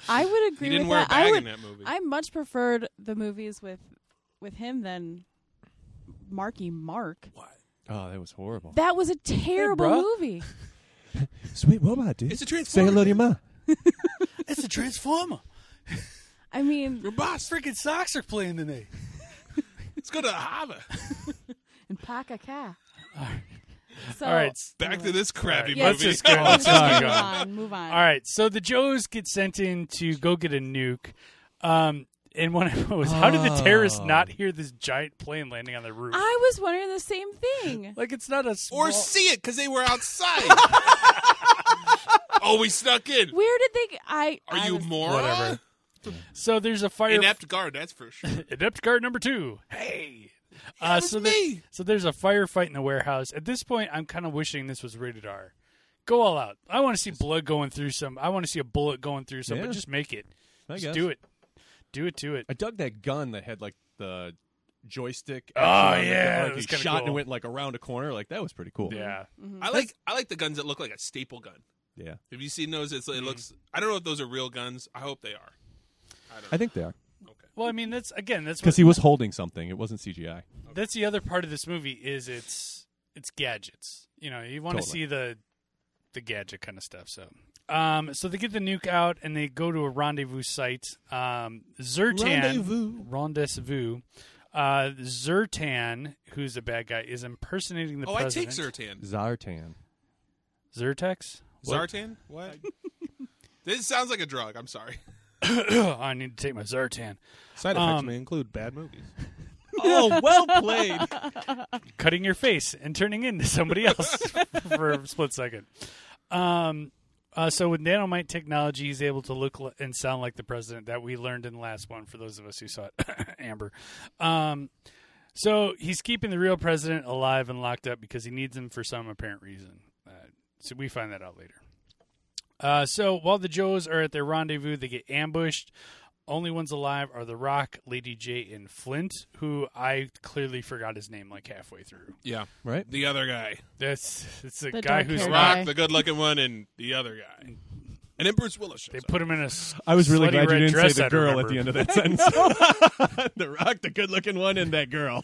B: I would
C: He
B: agree
C: didn't
B: with
C: wear a
B: that. I
C: bag in
B: would.
C: that movie.
B: I much preferred the movies with with him than Marky Mark.
D: Oh, that was horrible.
B: That was a terrible
A: bruh.
B: movie.
D: Sweet robot, dude.
C: It's a transformer.
D: to your ma.
A: it's a transformer.
B: I mean,
C: Your boss.
A: Freaking socks are playing today.
C: Let's go to the harbor.
B: and Paka Ka. So,
A: All right,
C: Back to this crappy
A: Yeah, let's
C: movie.
A: just go.
B: Let's
A: Let's
B: move
A: go.
B: on. Move on.
A: All right, so the Joes get sent in to go get a nuke. Um, and one of them was, how did the terrorists
D: Oh.
A: not hear this giant plane landing on their roof?
B: I was wondering the same thing.
A: like it's not a small...
C: or see it because they were outside. oh, we snuck in.
B: Where did they? g- I.
C: Are
B: I
C: you
B: was-
C: more
A: whatever. So there's a fire.
C: inept guard? That's for sure.
A: Adept guard number two. Hey, Uh,
C: was
A: so
C: me.
A: so there's a firefight in the warehouse. At this point, I'm kind of wishing this was rated R. Go all out. I want to see blood going through some. I want to see a bullet going through some.
D: Yeah.
A: But just make it.
D: I
A: just
D: guess.
A: do it. Do it to it.
D: I dug that gun that had like the joystick.
A: Oh,
D: action on the
A: yeah,
D: gun,
A: it
D: like,
A: was
D: you
A: kinda
D: shot and
A: cool.
D: it went like around a corner. Like that was pretty cool.
A: Yeah.
C: I like I like the guns that look like a staple gun.
D: yeah.
C: Have you seen those? It's,
A: Mm-hmm.
C: it looks. I don't know if those are real guns. I hope they are.
D: I think they are
A: Well, I mean, that's again, that's what,
D: because he was holding something. It wasn't CGI.
A: that's the other part of this movie is it's it's gadgets. You know, you want to
D: Totally.
A: see the the gadget kind of stuff. So, um, so they get the nuke out and they go to a rendezvous site. Um, Zertan
D: Rendezvous.
A: rendezvous. Uh, Zertan, who's the bad guy, is impersonating the
C: Oh,
A: president.
C: I take Zertan.
D: Zartan.
A: Zyrtex. What?
C: Zartan? What? this sounds like a drug. I'm sorry.
A: Oh, I need to take my Zertan.
C: Side
A: effects Um,
C: may include bad movies.
D: oh, well played.
A: cutting your face and turning into somebody else for a split second. Um, uh, so with nanomite technology, he's able to look li- and sound like the president that we learned in the last one. For those of us who saw it, Amber. Um, so he's keeping the real president alive and locked up because he needs him for some apparent reason. Uh, so we find that out later. Uh, so while the Joes are at their rendezvous, they get ambushed. Only ones alive are The Rock, Lady J, and Flint, who I clearly forgot his name like halfway through.
C: Yeah.
D: Right?
C: The other guy.
A: That's it's a
B: The
A: guy who's
B: dark-haired
A: not.
C: Rock, the good looking one, and the other guy. And then Bruce Willis.
A: They
C: Shows up.
A: put him in a. s-
D: I was really
A: slutty
D: glad you
A: red
D: didn't
A: dress,
D: say
A: I
D: the girl at
A: remember.
D: the end of that sentence. the rock, the good looking one, and that girl.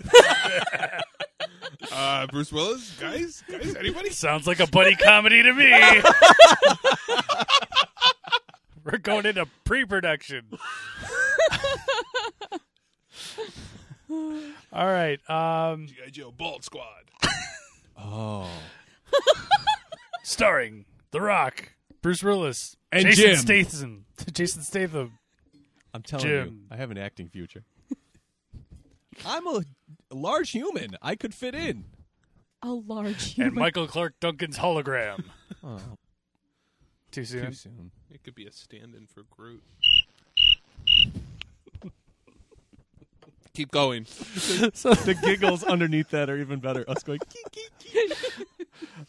C: Uh, Bruce Willis? Guys? Guys? Anybody?
A: Sounds like a buddy comedy to me. We're going into pre-production. All right. Um,
C: G.I. Joe, Bald Squad.
D: Oh.
A: starring The Rock, Bruce Willis,
D: And
A: Jason
D: Jim.
A: Statham, Jason Statham,
D: I'm telling
A: Jim.
D: you, I have an acting future. I'm a large human. I could fit in.
B: A large
A: and
B: human.
A: Michael Clark Duncan's hologram.
D: Oh,
A: Too soon.
D: soon.
C: It could be a stand in for Groot. Keep going.
A: So
D: The giggles underneath that are even better. Us going, "Keek."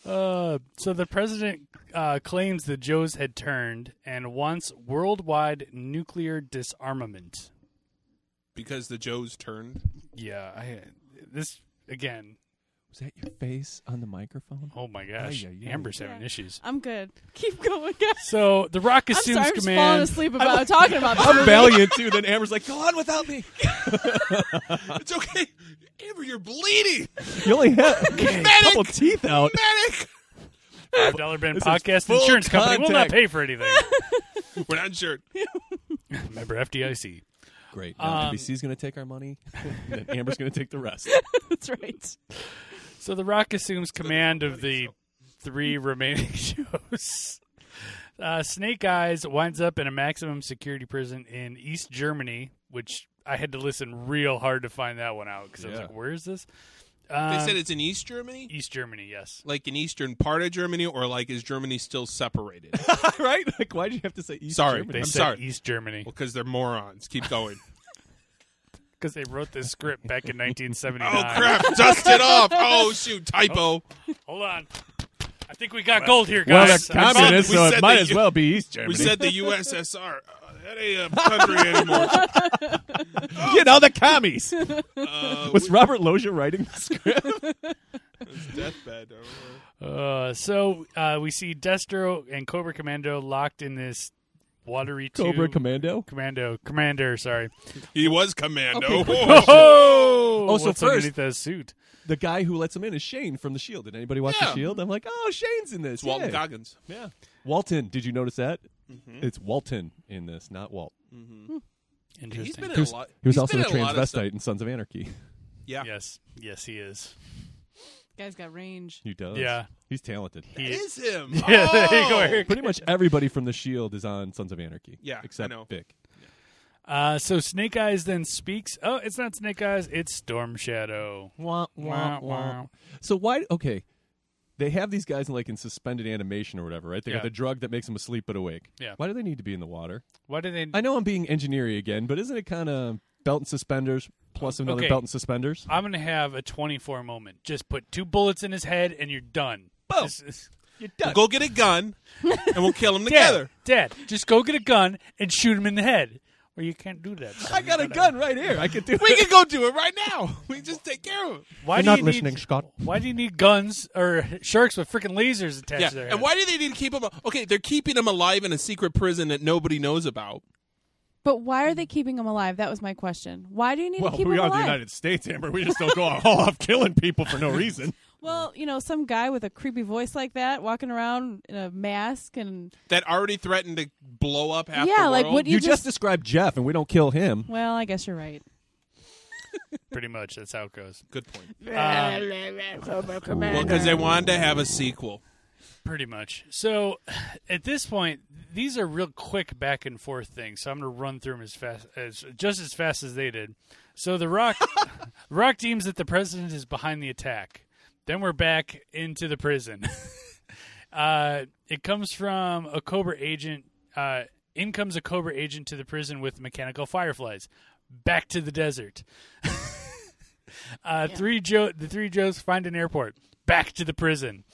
A: Uh, so the president uh, claims the Joes had turned and wants worldwide nuclear disarmament.
C: Because the Joes turned.
A: Yeah, I, this again.
D: was that your face on the microphone?
A: Oh my gosh,
D: Ay, ay, ay.
A: Amber's having
B: Yeah.
A: issues.
B: I'm good. Keep going, guys.
A: So the Rock
B: I'm
A: assumes
B: sorry, I'm just falling
A: command.
B: asleep about talking about this.
D: I'm valiant too. Then Amber's like, go on without me.
C: It's okay. Amber, you're bleeding.
D: You only have a couple teeth out.
C: Medic.
A: Five Dollar Ben
D: This is
A: Podcast
D: full
A: Insurance Company will not
D: contact.
A: pay for anything.
C: We're not insured.
A: Remember FDIC.
D: Great.
A: Um,
D: Now NBC's going to take our money, and then Amber's going to take the rest.
B: That's right.
A: So the Rock assumes command of the three remaining shows. Uh, Snake Eyes winds up in a maximum security prison in East Germany, which I had to listen real hard to find that one out because I was
D: Yeah.
A: like, "Where is this?"
C: They
A: Um,
C: said it's in East Germany?
A: East Germany. Yes,
C: Like in eastern part of Germany, or like is Germany still separated?
D: right? Like, why did you have to say East
C: Sorry,
A: they
D: Germany?
C: I'm
A: said
C: sorry.
A: East Germany
C: Well, because they're morons. Keep going.
A: because they wrote this script back in 1979.
C: oh crap! Dust it off. Oh shoot! Typo.
A: Hold on, I think we got gold here,
D: Well,
A: guys.
D: they're
A: I'm
C: communist.
A: sorry.
D: communists,
C: we
D: so
C: said
D: it might
C: that
D: as
C: you-
D: well be East Germany.
C: We said the USSR. Uh, that ain't a country anymore.
D: you know, the commies.
C: Uh,
D: Was Robert Loja writing the script?
C: it's deathbed. I don't know.
A: Uh, so uh, we see Destro and Cobra Commando locked in this watery tube.
D: Cobra Commando?
A: Commando, commander, sorry.
C: He was commando. Oh,
A: Oh,
D: Oh, so
A: what's
D: first-
A: underneath that suit?
D: The guy who lets him in is Shane from The Shield. Did anybody watch
C: Yeah.
D: The Shield? I'm like, oh, Shane's in this.
C: It's Walton
D: Yay.
C: Goggins.
D: Yeah. Walton. Did you notice that? It's Walton in this, not Walt.
A: Interesting.
C: He's been
D: He
C: in a
D: was,
C: lot.
D: he was
C: he's
D: also
C: been
D: the
C: in a lot of stuff.
D: transvestite in Sons of Anarchy.
C: Yeah.
A: yes, yes, he is.
B: Guy's got range.
D: He does.
A: Yeah.
D: He's talented.
A: He
C: It
A: is.
C: is him.
A: Yeah, there you go,
C: Oh!
A: Eric.
D: Pretty much everybody from The Shield is on Sons of Anarchy.
C: Yeah, I
D: Except
C: know.
D: Vic.
A: Uh, so Snake Eyes then speaks. Oh, it's not Snake Eyes. It's Storm Shadow.
D: Wah,
A: Wah, wah.
D: So why? Okay, they have these guys in like in suspended animation or whatever, right? They
A: Yeah.
D: got the drug that makes them asleep but awake.
A: Yeah.
D: Why do they need to be in the water?
A: Why do they?
D: I know I'm being engineery again, but isn't it kind of belt and suspenders? plus another
A: Okay.
D: belt and suspenders.
A: I'm gonna have a 24 moment. Just put two bullets in his head, and you're done.
C: Boom.
A: Just- You're
C: We'll
A: done.
C: go get a gun and we'll kill him
A: Dad,
C: together.
A: Dad, just go get a gun and shoot him in the head. Well, you can't do that. son.
D: I got a gun right here. I could do
C: We
D: it.
C: can go do it right now. We just take care of him.
A: Why
D: You're
A: do
D: not
A: you
D: listening,
A: need,
D: Scott.
A: Why do you need guns or sharks with freaking lasers attached
C: Yeah.
A: to their
C: And
A: head?
C: why do they need to keep him? al- Okay, they're keeping him alive in a secret prison that nobody knows about.
B: But why are they keeping him alive? That was my question. Why do you need
D: Well,
B: to keep
D: we
B: him
D: are the
B: alive?
D: United States, Amber. We just don't go all off killing people for no reason.
B: well, you know, some guy with a creepy voice like that walking around in a mask and
C: That already threatened to blow up half
B: Yeah,
C: the
B: like,
C: world.
B: what do
D: You,
B: You
D: just,
B: just-
D: described Jeff, and we don't kill him.
B: well, I guess you're right.
A: Pretty much. That's how it goes.
C: Good point.
A: Uh,
C: Well, because they wanted to have a sequel.
A: Pretty much. So at this point, these are real quick back and forth things. So I'm going to run through them as fast as just as fast as they did. So the Rock Rock deems that the president is behind the attack. Then we're back into the prison. uh, it comes from a Cobra agent. Uh, in comes a Cobra agent to the prison with mechanical fireflies. Back to the desert. Uh, Three Joe, the three Joes find an airport. Back to the prison.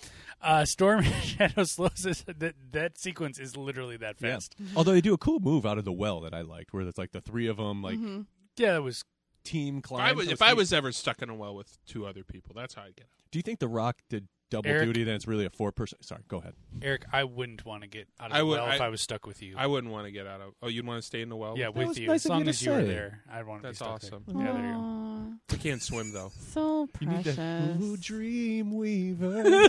A: Uh, Storm and Shadow slows us. That that sequence is literally that fast.
D: Mm-hmm. Although they do a cool move out of the well that I liked, where it's like the three of them, like
A: Yeah, that was.
D: team climb.
C: I was,
D: so to
C: if I
D: speak.
C: was ever stuck in a well with two other people, that's how I get
D: do you think The Rock did double
A: Eric-
D: duty? Then it's really a four person. Sorry, go ahead.
A: Eric, I wouldn't want to get out of
C: I
A: the
C: would-
A: well if
C: I-
A: I was stuck with you.
C: out. I wouldn't want to get out of. Oh, you'd want to stay in the well?
A: yeah,
C: with-
A: with
D: was
A: you.
D: nice
A: as
D: of you
A: long
D: to
A: as you were
D: say.
A: there, I'd want to
C: That's
A: be stuck
C: awesome.
A: There. Yeah, there you go.
B: Aw,
C: we can't swim though.
B: So precious.
D: Ooh, dream weaver.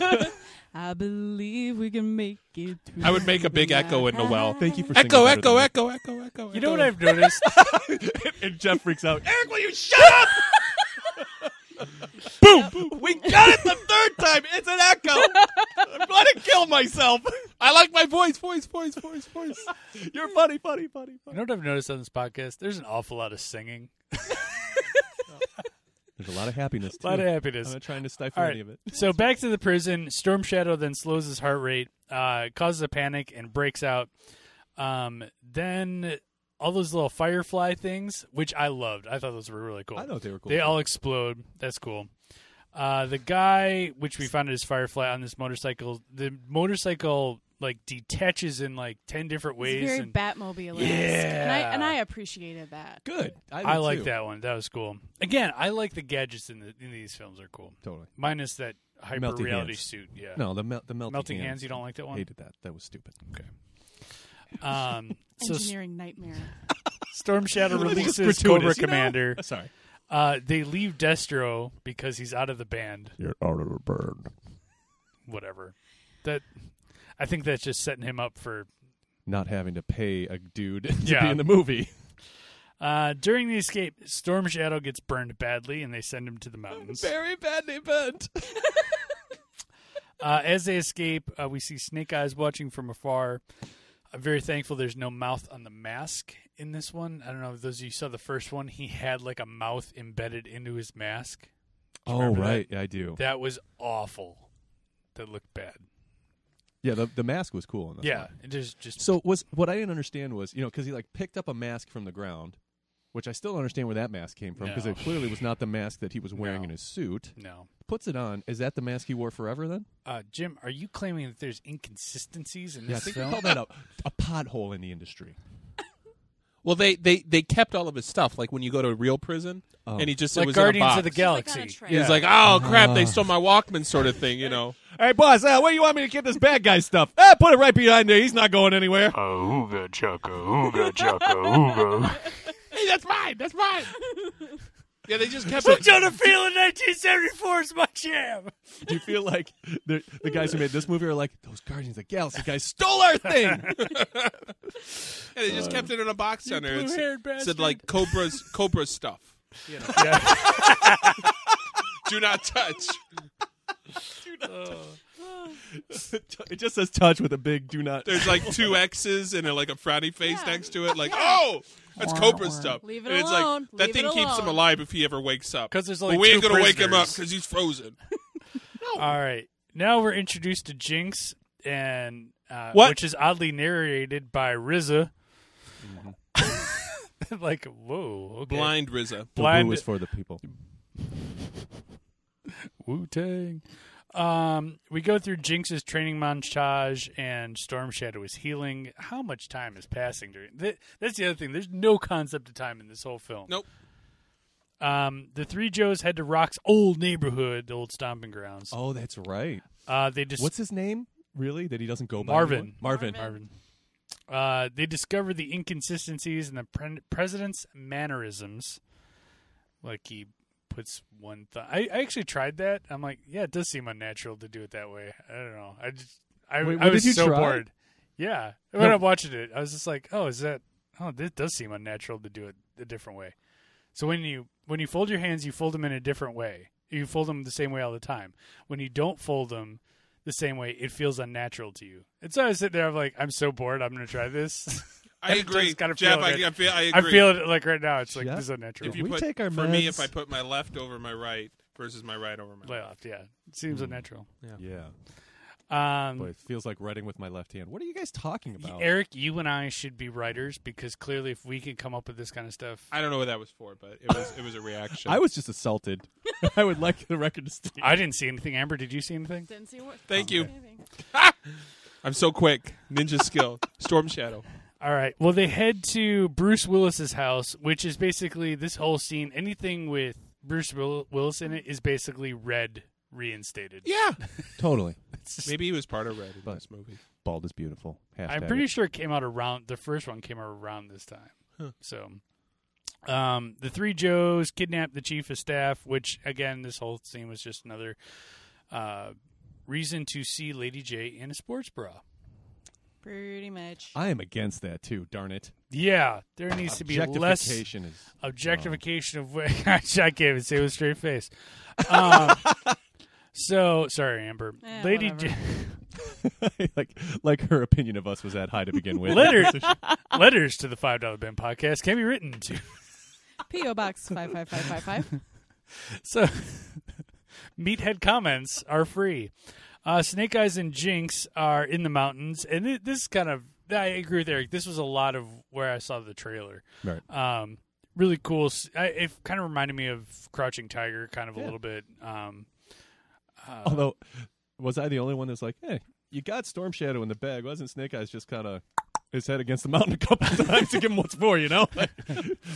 B: I believe we can make it. Through
C: I would make a big echo in the well.
D: Thank you for singing
C: Echo,
D: better
C: echo,
D: than
C: echo, echo, echo.
A: You know what
C: echo.
A: I've noticed?
D: me. And Jeff freaks out.
C: Eric, will you shut up? Boom! We got it the third time. It's an echo. I'm gonna kill myself. I like my voice, voice, voice, voice, voice.
D: You're funny, funny, funny,
A: you
D: funny.
A: know what I've noticed on this podcast? There's an awful lot of singing,
D: There's a lot of happiness.
A: a
D: Too.
A: lot of
D: I'm
A: happiness.
D: not trying to stifle
A: All right.
D: any of it.
A: So back to the prison. Storm Shadow then slows his heart rate, uh, causes a panic, and breaks out. Um, then all those little firefly things, which I loved. I thought those were really cool.
D: I thought they were cool.
A: They all explode. That's cool. Uh, the guy, which we found as Firefly on this motorcycle, the motorcycle like detaches in like ten different ways.
B: It's very
A: and
B: Batmobile. and I,
A: Yeah.
B: and I appreciated that.
D: good. do
A: I like
D: too.
A: that one. That was cool. Again, I like the gadgets in the in these films are cool.
D: Totally.
A: Minus that hyper
D: Melting
A: reality
D: hands.
A: suit. Yeah.
D: No, the mel- the melting,
A: Melting hands. You don't like that one.
D: Hated that. That was stupid.
A: Um, so S-
B: Engineering nightmare.
A: Storm Shadow
D: It's
A: releases
D: gratuitous,
A: Cobra
D: you know?
A: Commander.
D: Sorry.
A: Uh, they leave Destro because he's out of the band.
D: You're out of a bird.
A: Whatever. That I think that's just setting him up for
D: Not having to pay a dude to
A: Yeah.
D: be in the movie.
A: Uh, during the escape, Storm Shadow gets burned badly, and they send him to the mountains.
D: Very bad event.
A: Uh, as they escape, uh, we see Snake Eyes watching from afar. I'm very thankful there's no mouth on the mask in this one. I don't know if those of you saw the first one. He had like a mouth embedded into his mask.
D: Oh
A: Remember that?
D: right, yeah, I do.
A: That was awful. That looked bad.
D: Yeah, the, the mask was cool. In this
A: yeah,
D: one.
A: it is just
D: So was what I didn't understand was you know because he like picked up a mask from the ground, which I still don't understand where that mask came from because
A: No.
D: it clearly was not the mask that he was wearing
A: No.
D: in his suit.
A: no.
D: Puts it on. Is that the mask he wore forever then?
A: Uh, Jim, are you claiming that there's inconsistencies in
D: Yeah, I
A: this
D: think we
A: film?
D: call that a, a pothole in the industry.
C: Well, they, they they kept all of his stuff. Like when you go to a real prison,
D: Oh.
C: and he just it
A: like
C: was
A: Guardians
C: in a box.
A: of the
B: like on
A: Galaxy.
B: a train.
C: He was
A: Yeah.
C: like, "Oh crap,
A: Ah.
C: they stole my Walkman," sort of thing. You know,
D: Hey, boss, uh, where do you want me to get this bad guy stuff? Ah, put it right behind there. He's not going anywhere.
A: Oh.
E: Ooga chaka, ooga chaka, ooga.
C: hey, that's mine. That's mine. yeah, they just kept
A: So
C: it.
A: Jonah Field in 1974 is my jam.
D: Do you feel like the, the guys who made this movie are like, those Guardians of the Galaxy guys stole our thing?
C: Yeah, they just kept it in a box down there. It
A: blue-haired
C: said- said
A: bastard.
C: like Cobra's Cobra stuff.
A: Yeah.
C: Do not touch.
D: it just says touch with a big do not.
C: There's like two X's and uh, like a frowny face next to it. Like, oh, that's Cobra stuff.
B: Leave it
C: and it's
B: alone.
C: Like, that
B: Leave
C: thing
B: it
C: keeps him
B: alone.
C: alive if he ever wakes up.
A: 'Cause there's
C: But
A: only
C: we ain't
A: two
C: gonna wake him up
A: prisoners.
C: because he's frozen.
A: All right. Now we're introduced to Jinx, and uh,
C: What?
A: which is oddly narrated by RZA. like, whoa, okay.
C: Blind Rizza.
A: Blind-
D: The woo is for the people.
A: Wu Tang. Um, we go through Jinx's training montage and Storm Shadow is healing. How much time is passing during? Th- that's the other thing. There's no concept of time in this whole film.
C: Nope.
A: Um, the three Joes head to Rock's old neighborhood, the old stomping grounds.
D: Oh, that's right.
A: Uh, they just
D: What's his name? Really? That he doesn't go by
A: Marvin.
D: anymore? Marvin.
B: Marvin.
A: Marvin. Uh, they discover the inconsistencies in the pre- president's mannerisms. Like he puts one thumb. I, I actually tried that. I'm like, yeah, it does seem unnatural to do it that way. I don't know. I just, I,
D: Wait,
A: I
D: what
A: was
D: did you
A: so
D: try?
A: bored. Yeah, when
D: No.
A: I'm watching it, I was just like, oh, is that? Oh, this does seem unnatural to do it a different way. So when you when you fold your hands, you fold them in a different way. You fold them the same way all the time. When you don't fold them the same way, it feels unnatural to you. And so I sit there, I'm like, I'm so bored. I'm gonna try this.
C: I
A: It
C: agree.
A: just gotta
C: Jeff,
A: feel
C: I,
A: it.
C: I feel. I
A: I
C: agree.
A: feel it like right now. It's like
D: Yeah.
A: this is unnatural.
C: If you
D: We
C: put,
D: take our
C: for me,
D: meds.
C: if I put my left over my right versus my right over my left.
A: Layoff, yeah, it seems
D: Hmm.
A: unnatural.
D: Yeah.
A: Um,
D: But it feels like writing with my left hand. What are you guys talking
A: y-
D: about?
A: Eric, you and I should be writers because clearly, if we can come up with this kind of stuff,
C: I don't know what that was for, but it was it was a reaction.
D: I was just assaulted. I would like the record to stay.
A: I didn't see anything. Amber, did you see anything?
B: Didn't see what.
C: Thank
B: didn't see
C: you.
B: anything.
C: I'm so quick. Ninja skill. Storm Shadow.
A: All right. Well, they head to Bruce Willis's house, which is basically this whole scene. Anything with Bruce Will- Willis in it is basically Red reinstated.
C: Yeah.
D: Totally.
A: It's just-
C: Maybe he was part of Red in
D: But-
C: this movie.
D: Bald is beautiful.
A: I'm pretty sure it came out around the first one came out around this time.
C: Huh.
A: So, um, the three Joes kidnap the chief of staff, which again, this whole scene was just another uh, reason to see Lady J in a sports bra.
B: Pretty much.
D: I am against that too. Darn it.
A: Yeah, there needs to be less
D: Objectification is.
A: objectification of women. I can't even say it with a straight face. Um, so sorry, Amber.
B: Eh,
A: Lady J-
B: whatever.
D: like, like her opinion of us was that high to begin with.
A: letters letters to the five dollar bin podcast can be written to
B: P.O. Box 55555.
A: so meathead comments are free. Uh, Snake Eyes and Jinx are in the mountains, and it, this is kind of I agree with Eric. This was a lot of where I saw the trailer.
D: Right.
A: Um, really cool. s- I, it kind of reminded me of Crouching Tiger, kind of a
D: Yeah.
A: little bit. Um, uh,
D: Although, was I the only one that's like, hey, you got Storm Shadow in the bag? Wasn't Snake Eyes just kind of his head against the mountain a couple times to give him what's for, you know? Like,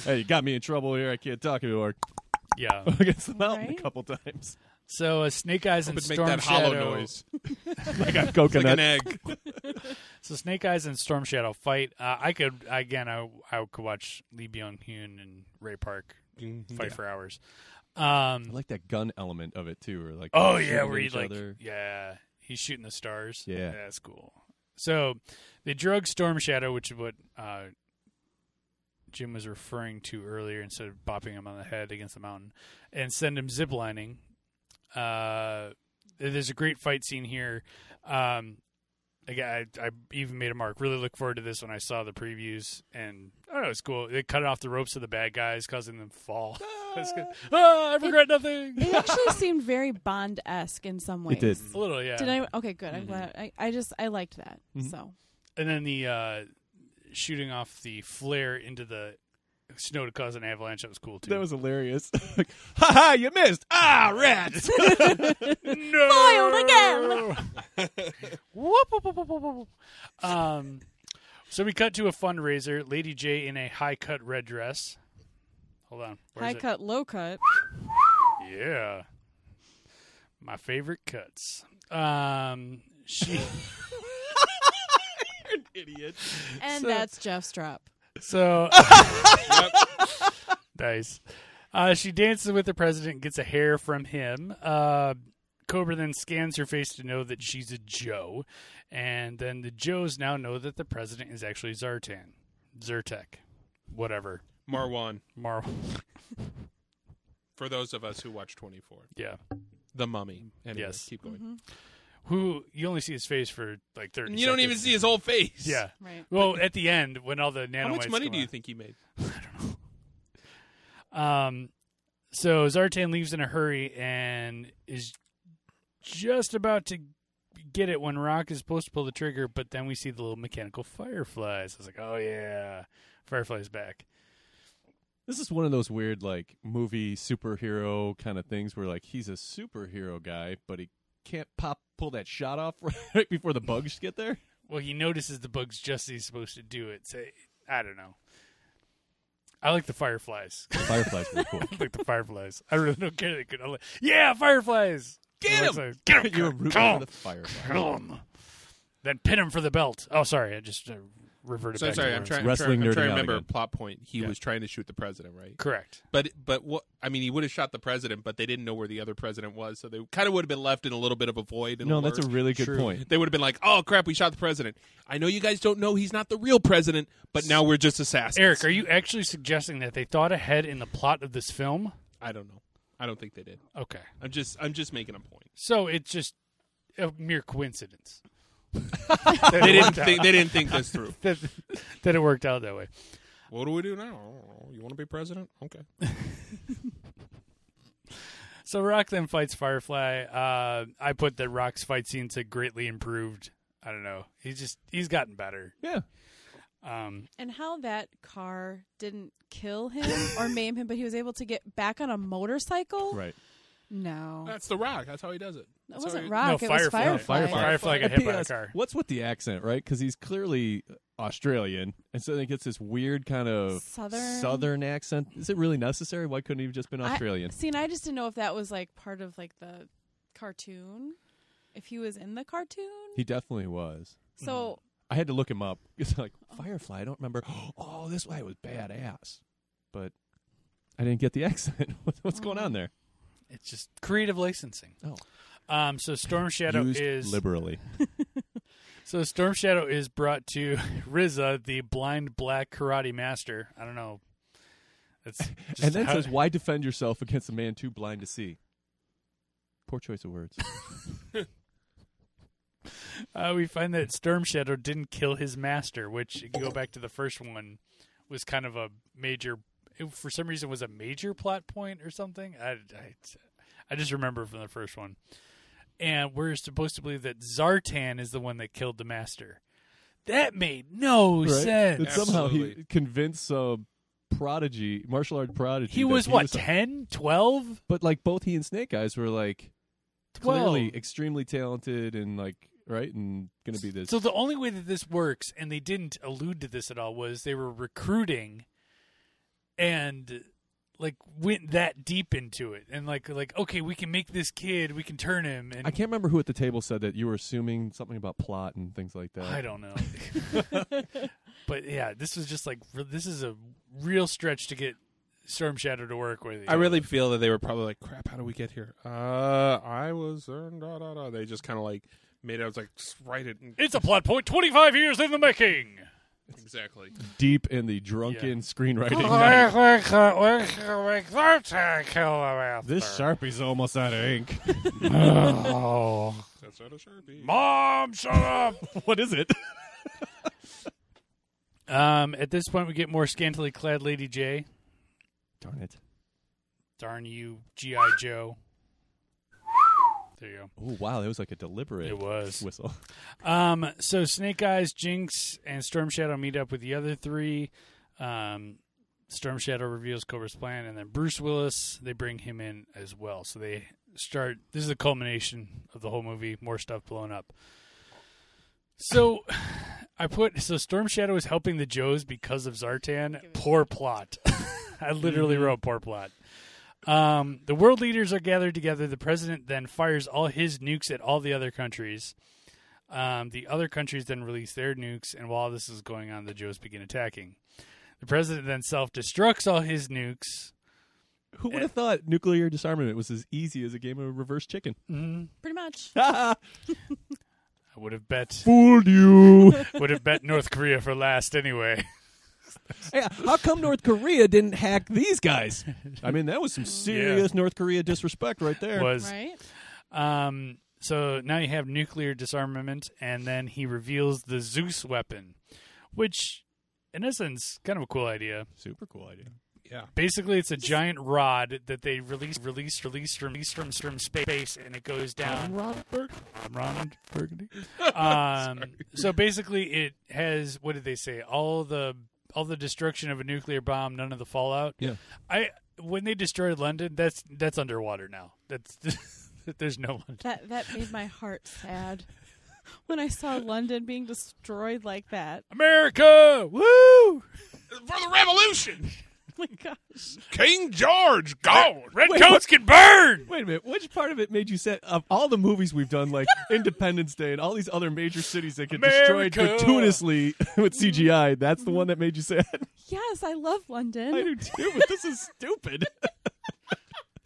D: hey, you got me in trouble here. I can't talk anymore.
A: yeah.
D: against the mountain
B: Right.
D: a couple times.
A: So uh, Snake Eyes and
C: But make
A: Storm
C: that hollow
A: Shadow.
C: noise.
D: Like a
C: It's like an
D: coconut.
C: egg.
A: So Snake Eyes and Storm Shadow fight. Uh, I could again. I I could watch Lee Byung Hun and Ray Park fight for hours. Um,
D: I like that gun element of it too, or like
A: Oh
D: shooting
A: yeah,
D: at
A: where he
D: each
A: like
D: other.
A: yeah, he's shooting the stars.
D: Yeah.
A: that's cool. So they drug Storm Shadow, which is what uh, Jim was referring to earlier, instead of bopping him on the head against the mountain, and send him ziplining. Uh, there's a great fight scene here. Um, again, I, I even made a mark. Really look forward to this when I saw the previews, and I don't know, it's cool. They cut off the ropes of the bad guys, causing them to fall. That's good. Ah, I regret nothing.
B: it actually seemed very Bond esque in some ways.
D: It did.
A: A little, yeah.
B: Did I? Okay, good. I'm glad. I, I just I liked that.
D: Mhm.
B: So
A: and then the uh, shooting off the flare into the snow to cause an avalanche that was cool too.
D: That was hilarious. like, ha ha, you missed. Ah, rats.
A: no!
B: Foiled again!
A: Whoop, whoop, whoop, whoop, whoop, whoop. Um, so we cut to a fundraiser. Lady J in a high cut red dress. Hold on. Where's
B: high
A: it?
B: cut, low cut.
A: Yeah. My favorite cuts. Um, she.
B: And that's Jeff's drop.
A: So nice. Uh, she dances with the president, and gets a hair from him. Uh, Cobra then scans her face to know that she's a Joe, and then the Joes now know that the president is actually Zartan, Zyrtek, whatever.
C: Marwan.
A: Mar,
C: For those of us who watch 24,
A: yeah,
C: The Mummy. Anyway,
A: Yes.
C: Keep going.
B: Mm-hmm.
A: who you only see his face for like thirty.
C: And you don't even
A: seconds.
C: see his whole face.
A: Yeah.
B: Right.
A: Well, at the end when all the nanomites.
C: How much money
A: come
C: do you
A: out.
C: think he made?
A: Um, so Zartan leaves in a hurry and is just about to get it when Rock is supposed to pull the trigger, but then we see the little mechanical fireflies. I was like, oh yeah, Firefly's back.
D: This is one of those weird like movie superhero kind of things where like he's a superhero guy, but he can't pop pull that shot off right before the bugs get there.
A: Well, he notices the bugs just as he's supposed to do it. So I don't know. I like the fireflies. I
D: Fireflies were cool.
A: like the fireflies. I really don't care. They could. I'm like, yeah, fireflies.
C: Get 'em!
A: Alexa, Get him!
D: you were rooting for the fireflies.
A: Kill 'em. Then pin him for the belt. Oh, sorry, I just uh, reverted
C: So
A: back.
C: I'm sorry,
A: to
C: I'm trying. I'm
D: Wrestling
C: trying, I'm
D: nerding
C: trying to
D: out
C: remember a
D: again.
C: plot point. He was trying to shoot the president, right?
A: Correct.
C: But but what I mean, he would have shot the president, but they didn't know where the other president was, so they kind of would have been left in a little bit of a void. and
D: No, that's a
C: lurch.
D: really good point.
C: They would have been like, "Oh crap, we shot the president." I know you guys don't know he's not the real president, but now we're just assassins.
A: Eric, are you actually suggesting that they thought ahead in the plot of this film?
C: I don't know. I don't think they did.
A: Okay,
C: I'm just I'm just making a point.
A: so it's just a mere coincidence
C: They didn't think they didn't think this through.
A: that that it worked out that way.
C: What do we do now? I don't know. You want to be president? Okay.
A: So Rock then fights Firefly. Uh, I put that Rock's fight scenes had greatly improved. I don't know. He's just he's gotten better.
D: Yeah.
A: Um,
B: And how that car didn't kill him or maim him, but he was able to get back on a motorcycle. Uh,
D: Right.
B: No,
C: That's the Rock. That's how he does it.
B: that wasn't
A: no,
B: rock. Ah, it was
A: Firefly. No,
C: Oh,
B: firefly.
D: Firefly.
A: Firefly got
D: And
A: hit by a
D: P.S.,
A: car.
D: What's with the accent, right? Because he's clearly Australian, and so he gets this weird kind of
B: Southern.
D: southern accent. Is it really necessary? Why couldn't he have just been
B: I-
D: Australian?
B: See, and I just didn't know if that was like part of like the cartoon, if he was in the cartoon.
D: he definitely was.
B: so
D: I had to look him up. It's like Firefly. I don't remember. Oh, this guy was badass, but I didn't get the accent. What- What's going on there?
A: It's just creative licensing.
D: Oh.
A: Um, so Storm Shadow
D: Used
A: is
D: liberally.
A: so Storm Shadow is brought to Riza, the blind black karate master. I don't know. That's just
D: and then
A: how-
D: says, "Why defend yourself against a man too blind to see?" Poor choice of words.
A: Uh, we find that Storm Shadow didn't kill his master, which if you go back to the first one was kind of a major. It, for some reason, was a major plot point or something. I, I, I just remember from the first one, and we're supposed to believe that Zartan is the one that killed the master. That made no
D: right?
A: sense.
D: That somehow he
C: Absolutely.
D: convinced uh, prodigy, martial art prodigy.
A: he
D: that
A: was what
D: some-
A: 10, 12?
D: but like both he and Snake Eyes were like clearly extremely talented and like right and gonna be this.
A: So the only way that this works, and they didn't allude to this at all, was they were recruiting, and like went that deep into it, and like like okay, we can make this kid, we can turn him, and
D: I can't remember who at the table said that you were assuming something about plot and things like that.
A: I don't know. but yeah, this was just like re- this is a real stretch to get Storm Shadow to work with.
C: I really feel that they were probably like, "Crap, how do we get here?" Uh, I was uh, da da da. They just kind of like made it. I was like, "Just "Write it."
A: It's a plot point. Twenty five years in the making.
C: Exactly.
D: Deep in the drunken screenwriting. this sharpie's almost out of ink.
C: That's not a sharpie.
A: Mom, shut up.
D: what is it?
A: Um, at this point, we get more scantily clad Lady J.
D: Darn it!
A: Darn you, G.I. Joe. There you
D: Oh wow, that was like a deliberate
A: It was.
D: whistle.
A: go. Um, so Snake Eyes, Jinx, and Storm Shadow meet up with the other three. Um, Storm Shadow reveals Cobra's plan, and then Bruce Willis, they bring him in as well. So they start, this is the culmination of the whole movie, more stuff blown up. So I put, so Storm Shadow is helping the Joes because of Zartan. Poor plot. I literally wrote poor plot. Um, the world leaders are gathered together. The president then fires all his nukes at all the other countries. Um, the other countries then release their nukes, and while this is going on, the Joes begin attacking. The president then self destructs all his nukes.
D: Who would have thought nuclear disarmament was as easy as a game of reverse chicken?
B: pretty much,
A: Mm-hmm. I would have bet
D: Fooled you.
A: would have bet North Korea for last anyway.
D: Yeah, how come North Korea didn't hack these guys? I mean, that was some serious North Korea disrespect right there.
A: Was
B: right?
A: um so now you have nuclear disarmament and then he reveals the Zeus weapon, which in essence kind of a cool idea.
D: Super cool idea.
C: Yeah.
A: Basically, it's a giant rod that they release, release, release from, release from, from space, and it goes down. Ron Burgundy. Um, so basically, it has what did they say? All the all the destruction of a nuclear bomb, none of the fallout.
D: Yeah.
A: I when they destroyed London, that's that's underwater now. That's there's no London.
B: That that made my heart sad when I saw London being destroyed like that.
C: Oh
A: America, woo!
C: For the revolution,
B: Oh my gosh.
C: King George gone.
A: Red
D: Wait,
A: coats can burn.
D: Wait a minute. Which part of it made you set of all the movies we've done, like Independence Day and all these other major cities that get destroyed
A: America.
D: gratuitously with CGI? That's
C: Mm-hmm.
D: the one that made you sad.
B: Yes, I love London.
D: I do too, but this is stupid.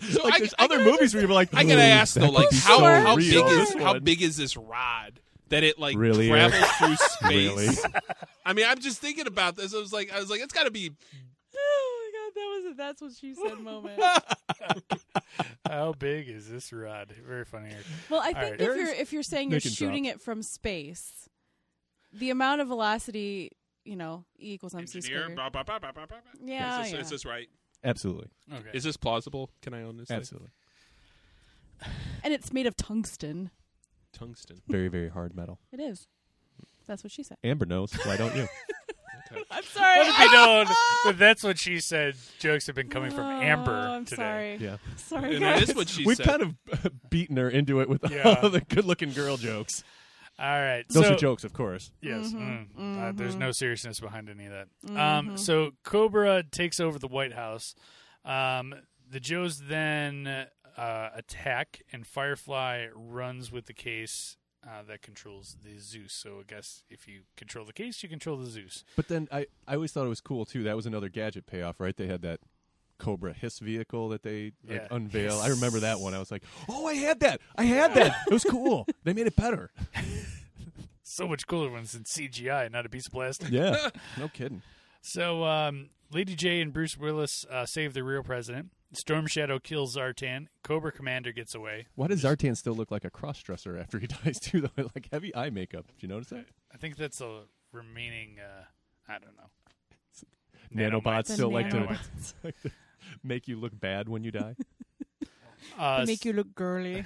C: So
D: like
C: I-
D: there's
C: I
D: other
C: gotta
D: movies where you're like,
C: I gotta
D: "Ooh,
C: ask
D: that
C: though,
D: could
C: like
D: be
C: how
D: so
C: how
D: real,
C: big
D: this
C: is how
D: one."
C: big is this rod that it like
D: Really, Eric?
C: travels through space?
D: Really?
C: I mean, I'm just thinking about this. I was like, I was like, it's got to be.
B: Oh my god, that was a that's what she said moment.
A: How big is this rod? Very funny. Eric.
B: Well, I
A: All
B: think
A: right.
B: if you're if you're saying you're
D: Nick and drop.
B: shooting it from space, the amount of velocity, you know, E equals MC
C: Engineer,
B: squared.
C: bah, bah, bah, bah, bah, bah.
B: Yeah,
C: is this,
B: Oh, yeah.
C: is this right?
D: Absolutely,
A: Okay.
C: Is this plausible? Can I own this? thing?
D: absolutely.
B: and it's made of tungsten.
C: Tungsten.
D: Very, very hard metal.
B: It is. That's what she said.
D: Amber knows. Why don't you?
B: I'm sorry.
A: What if you don't? But that's what she said. Jokes have been coming from Amber
B: Oh, I'm
A: today.
B: sorry.
D: Yeah.
B: Sorry.
C: And that
B: guys.
C: is what she
D: We've
C: said.
D: kind of beaten her into it with
A: Yeah.
D: all the good-looking girl jokes.
A: All right.
D: Those
A: so,
D: are jokes, of course.
A: Yes. mm. Uh, there's no seriousness behind any of that. Um, so Cobra takes over the White House. Um, the Joes then uh, attack, and Firefly runs with the case uh, that controls the Zeus. So I guess if you control the case, you control the Zeus.
D: But then I, I always thought it was cool too. That was another gadget payoff, right? They had that Cobra hiss vehicle that they like,
A: Yeah.
D: unveil. I remember that one. I was like, oh, I had that. I had that. It was cool. they made it better.
A: So much cooler when it's in CGI, not a piece of plastic.
D: Yeah. no kidding.
A: So, um, Lady J and Bruce Willis uh, save the real president. Storm Shadow kills Zartan. Cobra Commander gets away.
D: Why does Zartan still look like a cross-dresser after he dies too? Though, like heavy eye makeup. Did you notice that?
A: I think that's the remaining. Uh, I don't know.
D: Nanobots,
B: The
D: still like to
B: nanobots.
D: make you look bad when you die.
A: Uh,
B: They make you look girly.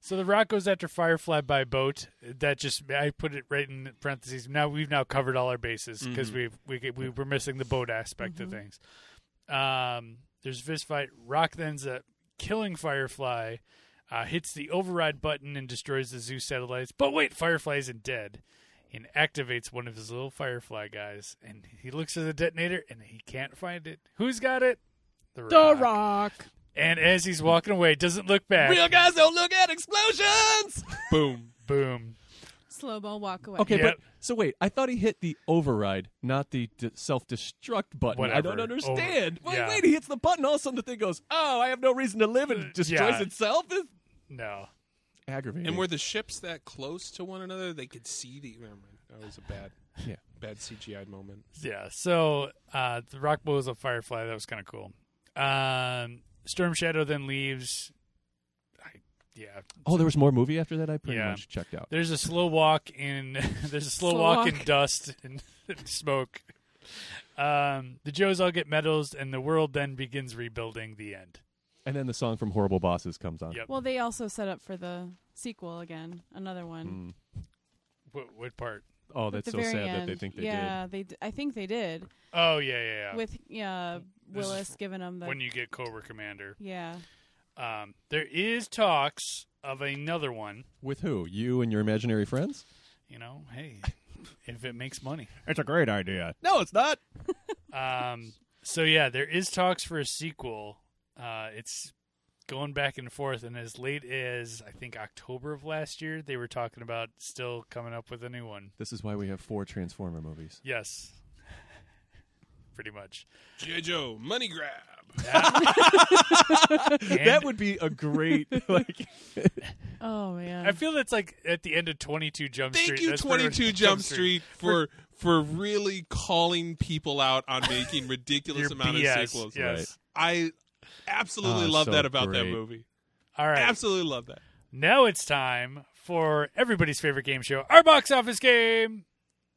A: so the Rock goes after Firefly by boat. That just I put it right in parentheses. Now we've now covered all our bases because we we we were missing the boat aspect of
B: Mm-hmm.
A: things. Um, there's a fist fight. Rock then ends up killing Firefly, uh, hits the override button and destroys the Zeus satellites. But wait, Firefly isn't dead. And activates one of his little Firefly guys, and he looks at the detonator, and he can't find it. Who's got it?
B: the Rock.
A: And as he's walking away, doesn't look back.
C: Real guys don't look at explosions. Boom.
A: Boom.
B: Slow mo walk away.
D: Okay,
A: Yep.
D: but so wait, I thought he hit the override, not the d- self-destruct button. I don't
A: Whatever.
D: understand.
A: Over-
D: Wait,
A: yeah.
D: wait, he hits the button, all of a sudden the thing goes, "Oh, I have no reason to live," and it destroys
A: yeah.
D: itself. It's
A: No.
D: aggravating.
C: And were the ships that close to one another? They could see the. Never mind. That was a bad,
D: Yeah.
C: bad CGI moment.
A: Yeah. So uh, the rock blows up Firefly. That was kind of cool. Um, Storm Shadow then leaves. I, yeah.
D: oh, there was more movie after that. I pretty
A: Yeah.
D: much checked out.
A: There's a slow walk in. there's a slow,
B: Slow
A: walk, in
B: walk.
A: dust and, and smoke. Um, the Joes all get medals, and the world then begins rebuilding. The end.
D: And then the song from Horrible Bosses comes on.
A: Yep.
B: Well, they also set up for the sequel again. Another one.
A: What, what part?
B: At
D: Oh, Mm, that's
B: the
D: so
B: very
D: sad that
B: end.
D: they think they
B: yeah, did. they. D- I think they did
A: Oh yeah, yeah, yeah.
B: with yeah
A: is
B: Willis giving them the
A: when you get Cobra Commander,
B: yeah.
A: um, there is talks of another one.
D: did. With who? You and your imaginary friends?
A: You know, hey, if it makes money.
D: It's a great idea. No, it's not.
A: Um, so yeah, there is talks for a sequel. Uh, it's going back and forth, and as late as I think October of last year, they were talking about still coming up with a new one.
D: This is why we have four Transformer movies.
A: Yes, pretty much.
C: G.I. Joe, money grab.
A: And
D: That would be a great like.
B: Oh man.
A: I feel that's like at the end of Twenty Two Jump Street.
C: Thank you,
A: That's pretty
C: Twenty
A: much
C: Two Jump Street, for for really calling people out on making ridiculous
A: Your
C: amount
A: BS,
C: of sequels.
A: Yes.
D: Right.
C: I absolutely
D: Oh,
C: love
D: so
C: that about that
D: great.
C: movie.
A: All right.
C: Absolutely love that.
A: Now it's time for everybody's favorite game show, our box office game.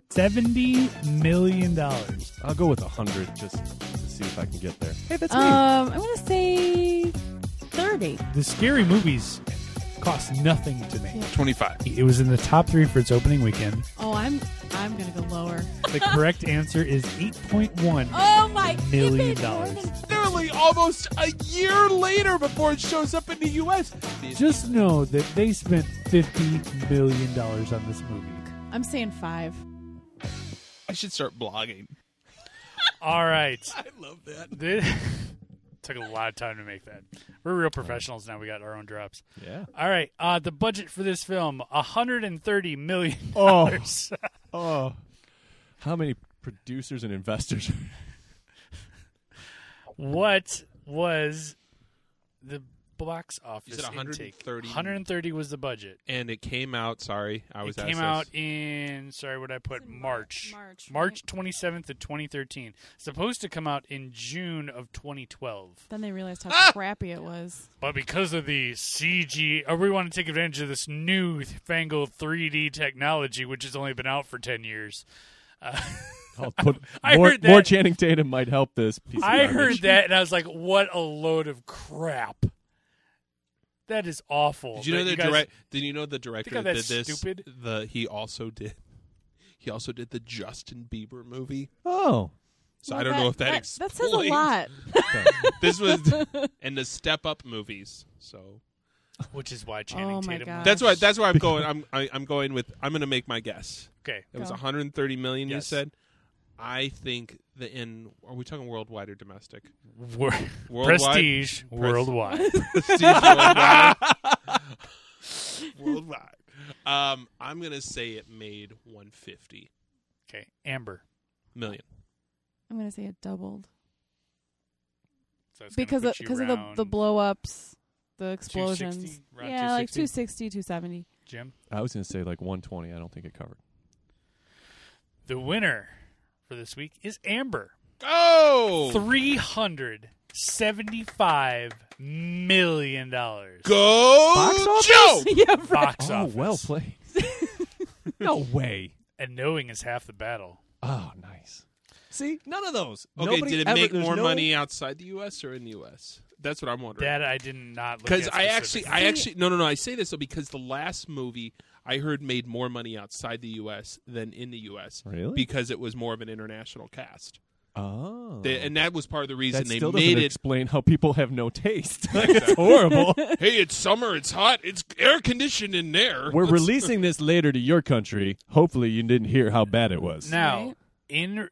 A: Seventy million dollars.
D: I'll go with a hundred just to see if I can get there. Hey, that's me.
B: um, I want to say thirty.
A: The scary movies cost nothing to make.
C: Twenty five.
A: It was in the top three for its opening weekend.
B: Oh, I'm I'm gonna go lower.
F: The correct answer is 8.1.
B: Oh my
F: Million
B: keep it more
F: dollars.
B: than-
C: Literally almost a year later before it shows up in the U.S.
F: Just know that they spent $50 million on this movie.
B: I'm saying five.
C: I should start blogging.
A: All right.
C: I love that.
A: This- Took a lot of time to make that. We're real professionals now. We got our own drops.
D: Yeah.
A: All right. Uh, the budget for this film, $130 million.
D: Oh. Oh. How many producers and investors?
A: What was the box office
C: said 130.
A: intake? 130 was the budget.
C: And it came out. Sorry, I was.
A: it
C: asked
A: came
C: this.
A: out in sorry what i put
B: in
A: march
B: March,
A: march 27th of 2013 supposed to come out in june of 2012
B: Then they realized how crappy it was.
A: but because of the cg or we want to take advantage of this new fangled 3d technology which has only been out for 10 years
D: I'll put
A: I
D: more,
A: heard that.
D: more Channing Tatum might help this piece. Of
A: i
D: garbage.
A: heard that and i was like what a load of crap that is awful
C: Did you know
A: that
C: the
A: guys-
C: direct? Did you know the director
A: how
C: that did
A: that's
C: this?
A: stupid?
C: The he also did. He also did the Justin Bieber movie.
D: Oh.
C: So
B: Well,
C: I don't know if that,
B: that
C: explains.
B: says a lot.
C: This was and the Step Up movies. So
A: which is why channing
B: Oh my
A: tatum
B: God.
C: that's why that's why I'm going. I'm I, I'm going with. I'm going to make my guess.
A: okay
C: It was
B: Go.
C: 130 million. You
A: Yes.
C: said. I think the in. Are we talking worldwide or domestic?
A: Wor-
C: Worldwide?
A: prestige worldwide
C: Prestige worldwide. worldwide. Um, I'm gonna say it made 150
A: okay amber
C: million.
B: I'm gonna say it doubled
A: So that's gonna
B: because
A: put
B: of,
A: you
B: because of the the
A: around-
B: blow ups, the explosions.
A: 260? Around
B: Yeah, like
A: 260?
B: 260, 270.
A: Jim,
D: I was going to say like 120. I don't think it covered.
A: the winner for this week is Amber.
C: Go.
A: Three hundred seventy-five million dollars.
C: Go.
D: Box office?
C: Joe.
B: yeah, right.
A: Box
D: oh,
A: office.
D: well played. no way.
A: and knowing is half the battle.
D: Oh, nice. See, none of those.
C: Okay,
D: Nobody
C: did it
D: ever-
C: make
D: there's
C: more
D: no-
C: money outside the U.S. or in the U.S.? That's what I'm wondering.
A: That I did not look
C: Because
A: at
C: I actually,
A: specifically.
C: I actually, no, no, no. I say this though because the last movie I heard made more money outside the U.S. than in the U.S.
D: Really?
C: Because it was more of an international cast,
D: Oh.
C: They- and that was part of the reason
D: that
C: they
D: still
C: made
D: doesn't
C: it.
D: explain how people have no taste. Like, it's horrible.
C: hey, it's summer, it's hot, it's air conditioned in there.
D: We're
C: Let's-
D: releasing this later to your country. Hopefully, you didn't hear how bad it was.
A: now
B: Right?
A: in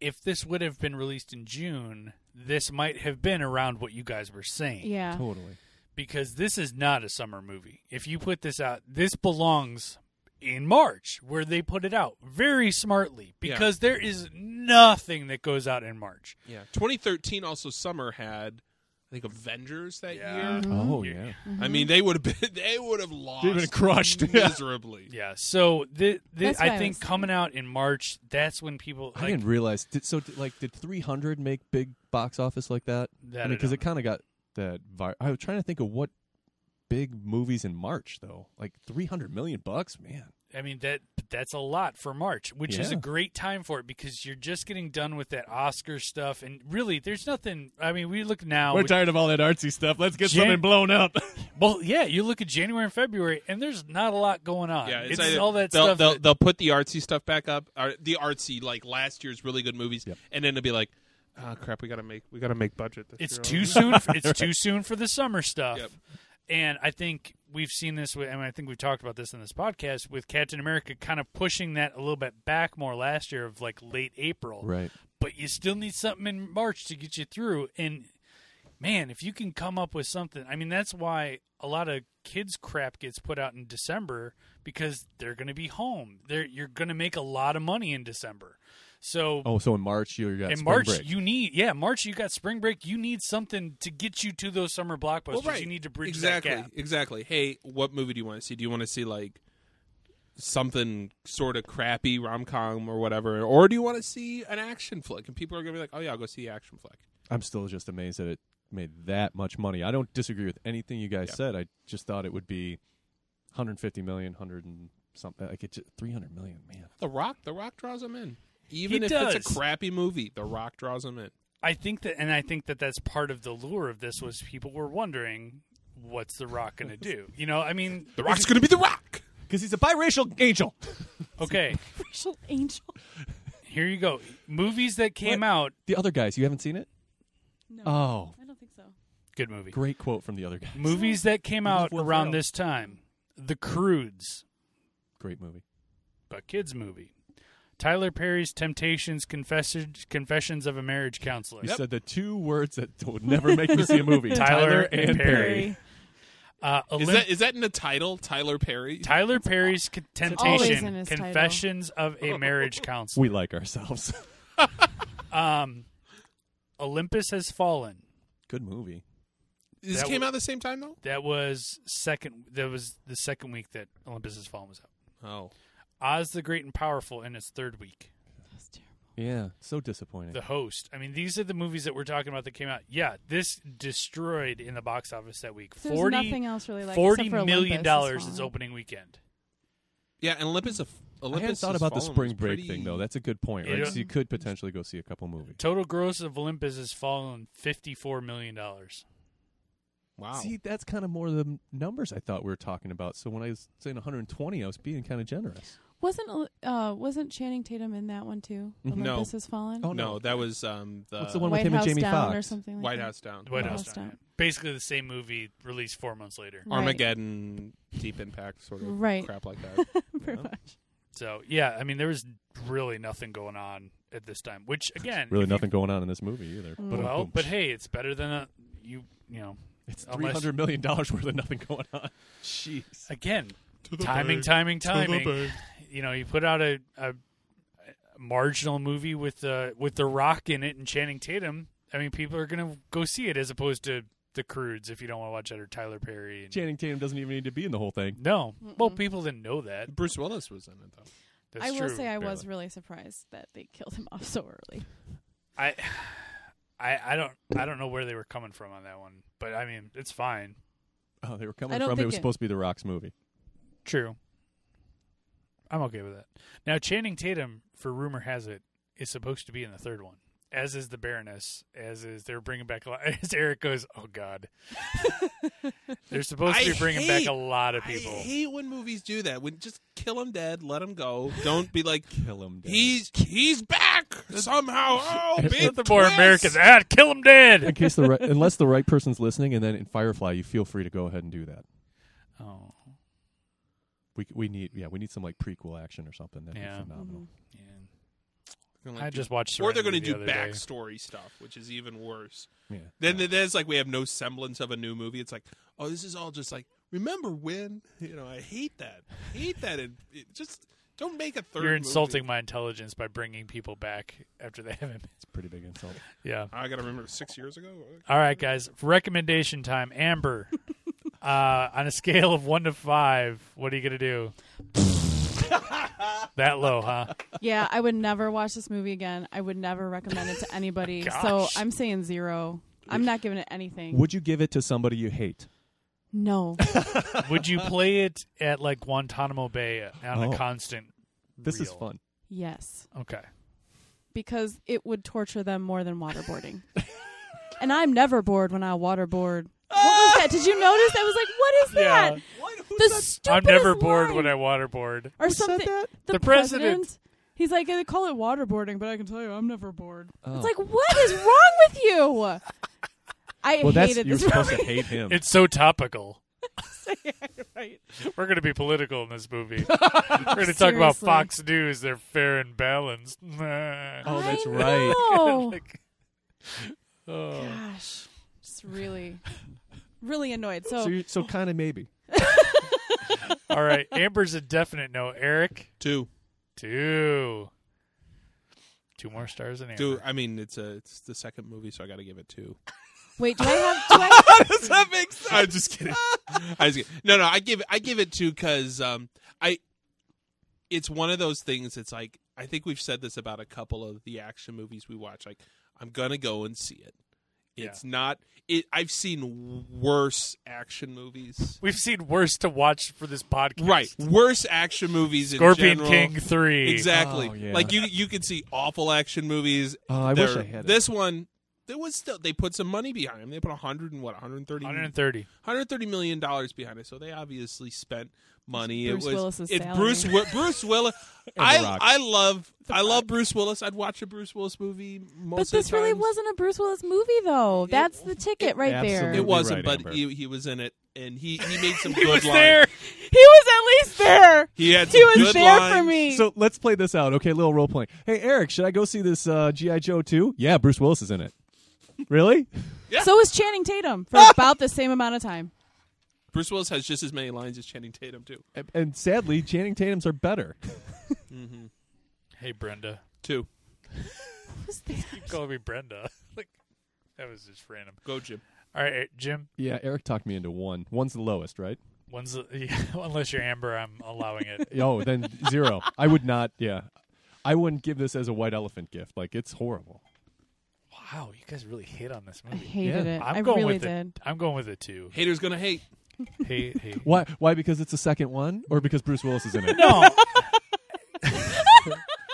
A: if this would have been released in June, this might have been around what you guys were saying.
B: Yeah.
D: Totally.
A: because this is not a summer movie. If you put this out, this belongs in March, where they put it out very smartly,
C: Yeah.
A: because there is nothing that goes out in March.
C: Yeah, 2013 also summer had, I think Avengers that
A: Yeah.
C: year.
D: Oh yeah.
C: I
A: Mm-hmm.
C: mean, they would have been, they would have lost,
D: They'd been crushed.
C: miserably.
A: Yeah, so thi- thi-
B: That's what
A: I
B: I
A: think
B: was
A: coming out in March, that's when people
D: I
A: like,
D: didn't realize. Did, so, did, like, did 300 make big box office like that?
A: That
D: I
A: I
D: mean, because
A: don't
D: it kind of got that. Vi- I was trying to think of what big movies in March though. Like 300 million bucks, man.
A: I mean that that's a lot for March, which is a
D: Yeah.
A: great time for it because you're just getting done with that Oscar stuff, and really, there's nothing. I mean, we look now.
D: We're
A: Oh, we-
D: tired of all that artsy stuff. Let's get
A: Jan-
D: something blown up.
A: well, yeah, you look at January and February, and there's not a lot going on.
C: Yeah,
A: it's,
C: either-
A: all that
C: they'll,
A: stuff.
C: They'll,
A: that-
C: they'll put the artsy stuff back up, or the artsy like last year's really good movies,
D: Yep.
C: and then it'll be like, oh, crap, we gotta make we gotta make budget. This
A: it's
C: year."
A: too soon. f- It's too soon for the summer stuff.
C: Yep.
A: And I think we've seen this. With, I mean, I think we've talked about this in this podcast with Captain America, kind of pushing that a little bit back more last year of like late April.
D: Right.
A: But you still need something in March to get you through. And man, if you can come up with something, I mean, that's why a lot of kids crap gets put out in December because they're going to be home. They're you're going to make a lot of money in December. So
D: Oh, so in March you got
A: in
D: spring
A: March,
D: break.
A: you need yeah. March, you got spring break. You need something to get you to those summer blockbusters.
C: Well, right.
A: You need to bridge
C: exactly,
A: that gap.
C: Exactly. Hey, what movie do you want to see? Do you want to see like something sort of crappy rom com or whatever, or do you want to see an action flick? And people are gonna be like, oh yeah, I'll go see the action flick.
D: I'm still just amazed that it made that much money. I don't disagree with anything you guys
C: Yeah.
D: said. I just thought it would be 150 million, 100 and something. Like it, 300 million, man.
C: The Rock, The Rock draws them in. Even
A: He
C: if
A: does.
C: it's a crappy movie, The Rock draws them in.
A: I think that, and I think that that's part of the lure of this was people were wondering what's the Rock going to do. You know, I mean,
C: The Rock's gonna be The Rock.
D: because he's a biracial angel.
A: Okay,
B: Racial angel.
A: here you go. Movies that came out.
D: The other guys, you haven't seen it?
B: No,
D: Oh,
B: I don't think so.
A: Good movie.
D: great quote from the other guy.
A: Movies that came out
D: Will
A: around
D: Ferrell.
A: this time. The Crudes,
D: Great movie.
A: a kids movie. Tyler Perry's Temptations Confessions Confessions of a Marriage Counselor.
D: You said the two words that would never make me see a movie:
A: Tyler and Perry.
B: Perry.
A: Uh, Olymp-
C: Is that is that in the title, Tyler Perry?
A: Tyler Perry's Con-
B: always in
A: Temptation
B: his
A: Confessions of a Marriage Counselor.
D: We like ourselves.
A: Um, Olympus Has Fallen.
D: Good movie.
C: this
A: that
C: came
A: was-
C: out the same time though.
A: That was second. That was the second week that Olympus Has Fallen was out.
C: Oh,
A: Oz the Great and Powerful in its third week.
B: That's terrible.
D: Yeah, so disappointing.
A: The Host. I mean, these are the movies that we're talking about that came out. Yeah, this destroyed in the box office that week.
B: There's
A: Forty
B: nothing else really like
A: Forty
B: except for
A: million
B: Olympus
A: dollars
B: is
A: is
B: fine.
A: opening weekend.
C: yeah. And Olympus, of,
D: I
C: Olympus
D: hadn't thought
C: Has
D: about the
C: Fallen
D: spring
C: was
D: break
C: pretty-
D: thing though. That's a good point, right?
A: Yeah.
D: So you could potentially go see a couple movies.
A: Total gross of Olympus has fallen fifty-four million dollars.
C: wow.
D: See, that's kind of more the numbers I thought we were talking about. So when I was saying 120, I was being kind of generous.
B: Wasn't uh wasn't Channing Tatum in that one too?
D: Mhm.
B: Olympus
C: No.
B: Has Fallen.
D: Oh,
C: no, that was um, the,
D: What's the one
B: White
D: with him
B: House
D: and Jamie
B: Down
D: Fox?
B: or something like
C: White
B: that.
C: House Down,
A: The White
B: Wow.
A: House
B: Wow.
A: Down. Basically the same movie released four months later.
B: Right.
C: Armageddon, Deep Impact, sort of
B: Right.
C: crap like that.
B: Pretty much.
A: So yeah, I mean there was really nothing going on at this time. Which again,
D: Really,
A: if you-
D: nothing going on in this movie either.
A: Mm. well,
D: Ba-dum-bum.
A: but hey, it's better than a, you. You know,
D: it's three
A: unless-
D: hundred million dollars worth of nothing going on. Jeez.
A: again, timing, timing, timing. You know, you put out a, a a marginal movie with the with the Rock in it and Channing Tatum. I mean, people are gonna go see it as opposed to the Crudes if you don't want to watch that or Tyler Perry. and-
D: Channing Tatum doesn't even need to be in the whole thing.
A: no, well, people didn't know that.
C: Bruce Willis was in it though.
A: That's
B: I will
A: true.
B: say I was
D: barely.
B: really surprised that they killed him off so early.
A: I, I, I don't, I don't know where they were coming from on that one, but I mean, it's fine.
D: Oh, they were coming
B: I don't
D: from. It
B: think
D: was
B: it-
D: supposed to be the Rock's movie.
A: True. I'm okay with that. Now, Channing Tatum, for rumor has it, is supposed to be in the third one, as is the Baroness, as is they're bringing back a lot. As Eric goes, oh god, they're supposed to
C: I
A: be bringing
C: hate-
A: back a lot of people.
C: I hate when movies do that. When just kill him dead, let him go. Don't be like
D: Kill him. Dad.
C: he's he's back somehow. Oh,
D: That's
C: big
A: the more
C: twist.
A: Americans, ah, kill them
D: in
A: dead.
D: case the right, unless the right person's listening, and then in Firefly, you feel free to go ahead and do that.
A: Oh,
D: We we need yeah we need some like prequel action or something. That'd
A: Yeah.
D: be phenomenal.
A: yeah.
C: They're gonna
A: I
C: do-
A: just watched.
C: or they're
A: going to
C: do
A: other day.
C: backstory stuff, which is even worse.
B: Mm-hmm.
D: Yeah.
C: Then there's like we have no semblance of a new movie. It's like, oh, this is all just like remember when you know. I hate that. I hate that. It, it just don't make a third.
A: You're
C: movie.
A: insulting my intelligence by bringing people back after they haven't.
D: it's a pretty big insult.
A: Yeah.
C: I gotta remember six years ago.
A: All right, guys. For recommendation time. Amber, uh, on a scale of one to five, what are you gonna do? that low, huh?
B: yeah, I would never watch this movie again. I would never recommend it to anybody. so
A: Gosh.
B: I'm saying zero. I'm not giving it anything.
D: Would you give it to somebody you hate?
B: no.
A: Would you play it at like Guantanamo Bay on
D: Oh.
A: a constant?
D: This is
A: reel?
D: fun.
B: yes.
A: Okay.
B: Because it would torture them more than waterboarding. and I'm never bored when I waterboard. What was that? Did you notice? I was like, what is
A: Yeah.
B: that? the
A: I'm
B: stupidest
A: never bored
B: line.
A: when I waterboard.
B: or
D: said
B: something.
D: that?
B: The,
A: The president.
B: president. He's like, they call it waterboarding, but I can tell you, I'm never bored.
D: Oh.
B: It's like, what is wrong with you? I
D: Well, that's
B: hated
D: you're
B: this
D: supposed to
B: movie.
D: hate him.
A: It's so topical.
B: right.
A: We're going to be political in this movie. We're going to talk about
B: Seriously.
A: Fox News. They're fair and balanced.
D: Oh, that's
B: I
D: right.
B: know.
A: Like, oh.
B: Gosh, just really, really annoyed. So,
D: so you're, so kind of maybe.
A: All right. Amber's a definite no. Eric,
C: Two,
A: two. Two more stars than Amber.
C: two. I mean, it's a it's the second movie, so I gotta give it two.
B: wait, do I have? Do I,
C: Does that make sense? I'm just kidding. I was kidding. No, no, I give I give it two because um, I. It's one of those things. It's like I think we've said this about a couple of the action movies we watch. Like I'm gonna go and see it. It's not. It. I've seen worse action movies.
A: We've seen worse to watch for this podcast.
C: Right, worse action movies. in
A: Scorpion
C: general.
A: King 3.
C: Exactly.
D: Oh, yeah.
C: Like you, you could see awful action movies.
D: Oh, I wish
C: They're-
D: I had it.
C: this one. there was still they put some money behind him. They put a hundred and what, 130
A: 130.
C: 130 million dollars behind it. So they obviously spent money.
B: Bruce
C: it was
B: Willis's
C: it's
B: salary.
C: Bruce Wi- Bruce Willis.
D: The
C: I
D: Rock.
C: I love I love Bruce Willis. I'd watch a Bruce Willis movie most
B: But
C: of
B: this
C: the
B: really
C: times.
B: wasn't a Bruce Willis movie, though. That's the ticket right there.
D: absolutely.
C: It
D: You'd be
C: wasn't,
D: right, Amber.
C: but he, he was in it and he he made some
A: He
C: good
A: was
C: lines.
A: there.
B: He was at least there.
C: He had
B: He
C: some
B: was
C: good
B: there
C: lines.
B: for me.
D: So let's play this out. Okay, little role playing. Hey, Eric, should I go see this uh, G.I. Joe 2? Yeah, Bruce Willis is in it. Really?
B: So was Channing Tatum for about the same amount of time.
C: Bruce Willis has just as many lines as Channing Tatum too.
D: And- And sadly, Channing Tatum's are better.
A: Hey, Brenda.
C: Two.
B: Was that?
A: Call me Brenda. like, that was just random.
C: Go Jim.
A: All right, Eric- Jim.
D: Yeah, Eric talked me into one. One's the lowest, right?
A: When's the, unless you're Amber, I'm allowing it.
D: Oh, then zero. I would not. Yeah, I wouldn't give this as a white elephant gift. Like it's horrible.
A: Wow, you guys really hit on this
B: I
A: movie.
B: hated
D: Yeah.
B: it.
A: I'm
B: I
A: going
B: really
A: with it.
B: did.
A: I'm going with a two.
C: Haters gonna hate.
A: Hey, hey.
D: Why? Why? Because it's the second one, or because Bruce Willis is in it?
A: No.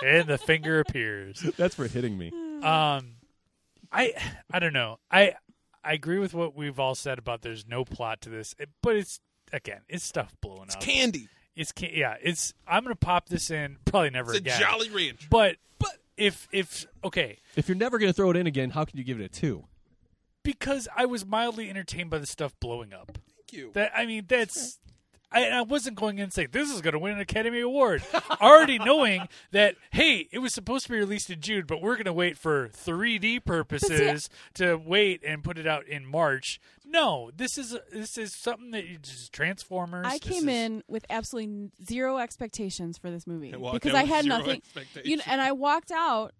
A: and the finger appears.
D: That's for hitting me.
A: Um, I I don't know. I I agree with what we've all said about there's no plot to this, It- but it's again, it's stuff blowing up.
C: Candy.
A: It's can- yeah. It's I'm gonna pop this in probably never
C: It's a
A: again.
C: Jolly Rancher.
A: but but if if okay,
D: If you're never gonna throw it in again, how can you give it a two?
A: because I was mildly entertained by the stuff blowing up.
C: Thank you.
A: That I mean, that's. I, and I wasn't going in and saying this is going to win an Academy Award, already knowing that hey, it was supposed to be released in June, but we're going to wait for 3D purposes to wait and put it out in March. No, this is this is something that you just Transformers.
B: I
A: this
B: came
A: is-
B: in with absolutely n- zero expectations for this movie
C: I walked
B: because
C: out
B: I
C: with
B: had
C: zero
B: nothing. You
C: expectations.
B: know, and I walked out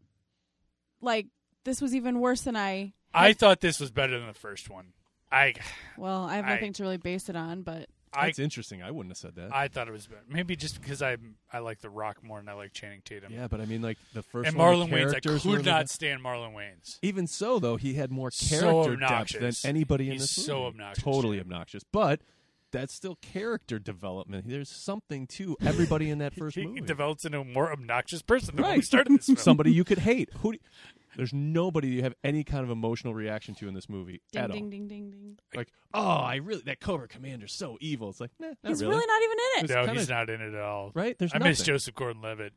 B: like this was even worse than I.
A: I thought this was better than the first one. I
B: Well, I have
A: I-
B: nothing to really base it on, but
A: I
D: That's interesting. I wouldn't have said that.
A: I thought it was better. Maybe just because I I like The Rock more and I like Channing Tatum.
D: yeah, but I mean, like the first
A: and
D: one,
A: Marlon
D: the
A: Wayans. I
D: characters were
A: could not
D: really-
A: stand Marlon Wayans.
D: Even so, though, he had more
A: So
D: character depth than
A: obnoxious.
D: anybody in
A: He's
D: this
A: so
D: movie.
A: obnoxious,
D: Totally
A: yeah.
D: obnoxious, but. That's still character development. There's something to everybody in that first
A: He
D: movie.
A: develops into a more obnoxious person than when we
D: Right.
A: started this film.
D: somebody you could hate. Who? Do there's nobody you have any kind of emotional reaction to in this movie
B: ding
D: at
B: ding
D: all.
B: ding ding ding.
D: Like, oh, I really that Cobra Commander's so evil. It's like, nah, not
B: He's
D: really.
B: really not even in it.
A: no,
D: kinda-
A: he's not in it at all.
D: right? There's
A: I
D: nothing.
A: miss Joseph Gordon-Levitt.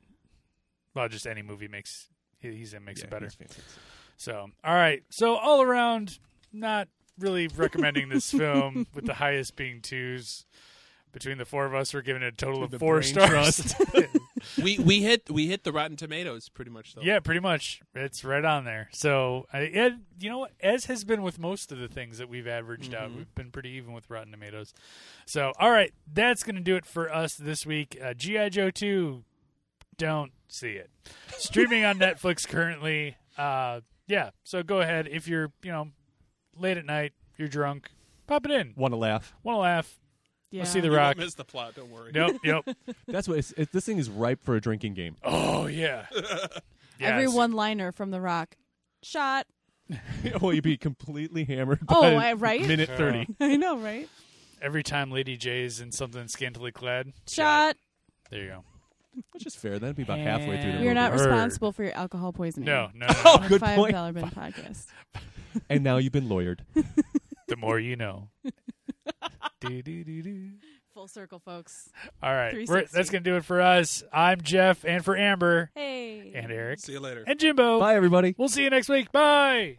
A: Well, just any movie makes he- he's in makes
D: Yeah,
A: it better.
D: he's fantastic.
A: So, all right. So all around, not really recommending this film. With the highest being twos. Between the four of us, we're giving it a total of
D: The
A: four
D: brain
A: stars.
C: we we hit we hit the Rotten Tomatoes pretty much though.
A: yeah, pretty much. It's right on there. So, I, and you know what? As has been with most of the things that we've averaged out, we've been pretty even with Rotten Tomatoes. So, all right, that's going to do it for us this week. Uh, G.I. Joe 2, don't see it. Streaming on Netflix currently. Uh, yeah, so go ahead. If you're, you know, late at night, you're drunk, pop it in.
D: Want to laugh?
A: Want to laugh?
B: Yeah.
A: Let's see the
C: You
A: rock.
C: won't miss the plot. Don't worry.
A: Nope, yep.
D: That's what it's, it, this thing is ripe for a drinking game.
A: Oh, yeah. Yes.
B: every one liner from The Rock. Shot.
D: well, you'd be completely hammered.
B: Oh,
D: by
B: I- right?
D: Minute thirty.
B: I know, right?
A: Every time Lady J is in something scantily clad,
B: Shot.
A: There you go.
D: Which is fair. That'd be about halfway through the
A: You're
D: movie.
B: You're not
A: Word.
B: responsible for your alcohol poisoning.
A: No, no. no, no.
D: Oh,
B: On
D: good
B: Five
D: point.
B: dollar bin podcast.
D: And now you've been lawyered.
A: the more you know. Do-do-do-do.
B: Full circle, folks.
A: All right. We're-
B: 360.
A: that's going to do it for us. I'm Jeff, and for Amber,
B: Hey.
A: and Eric,
C: See you later.
A: and Jimbo.
B: Oh.
D: Bye, everybody.
A: We'll see you next week. Bye.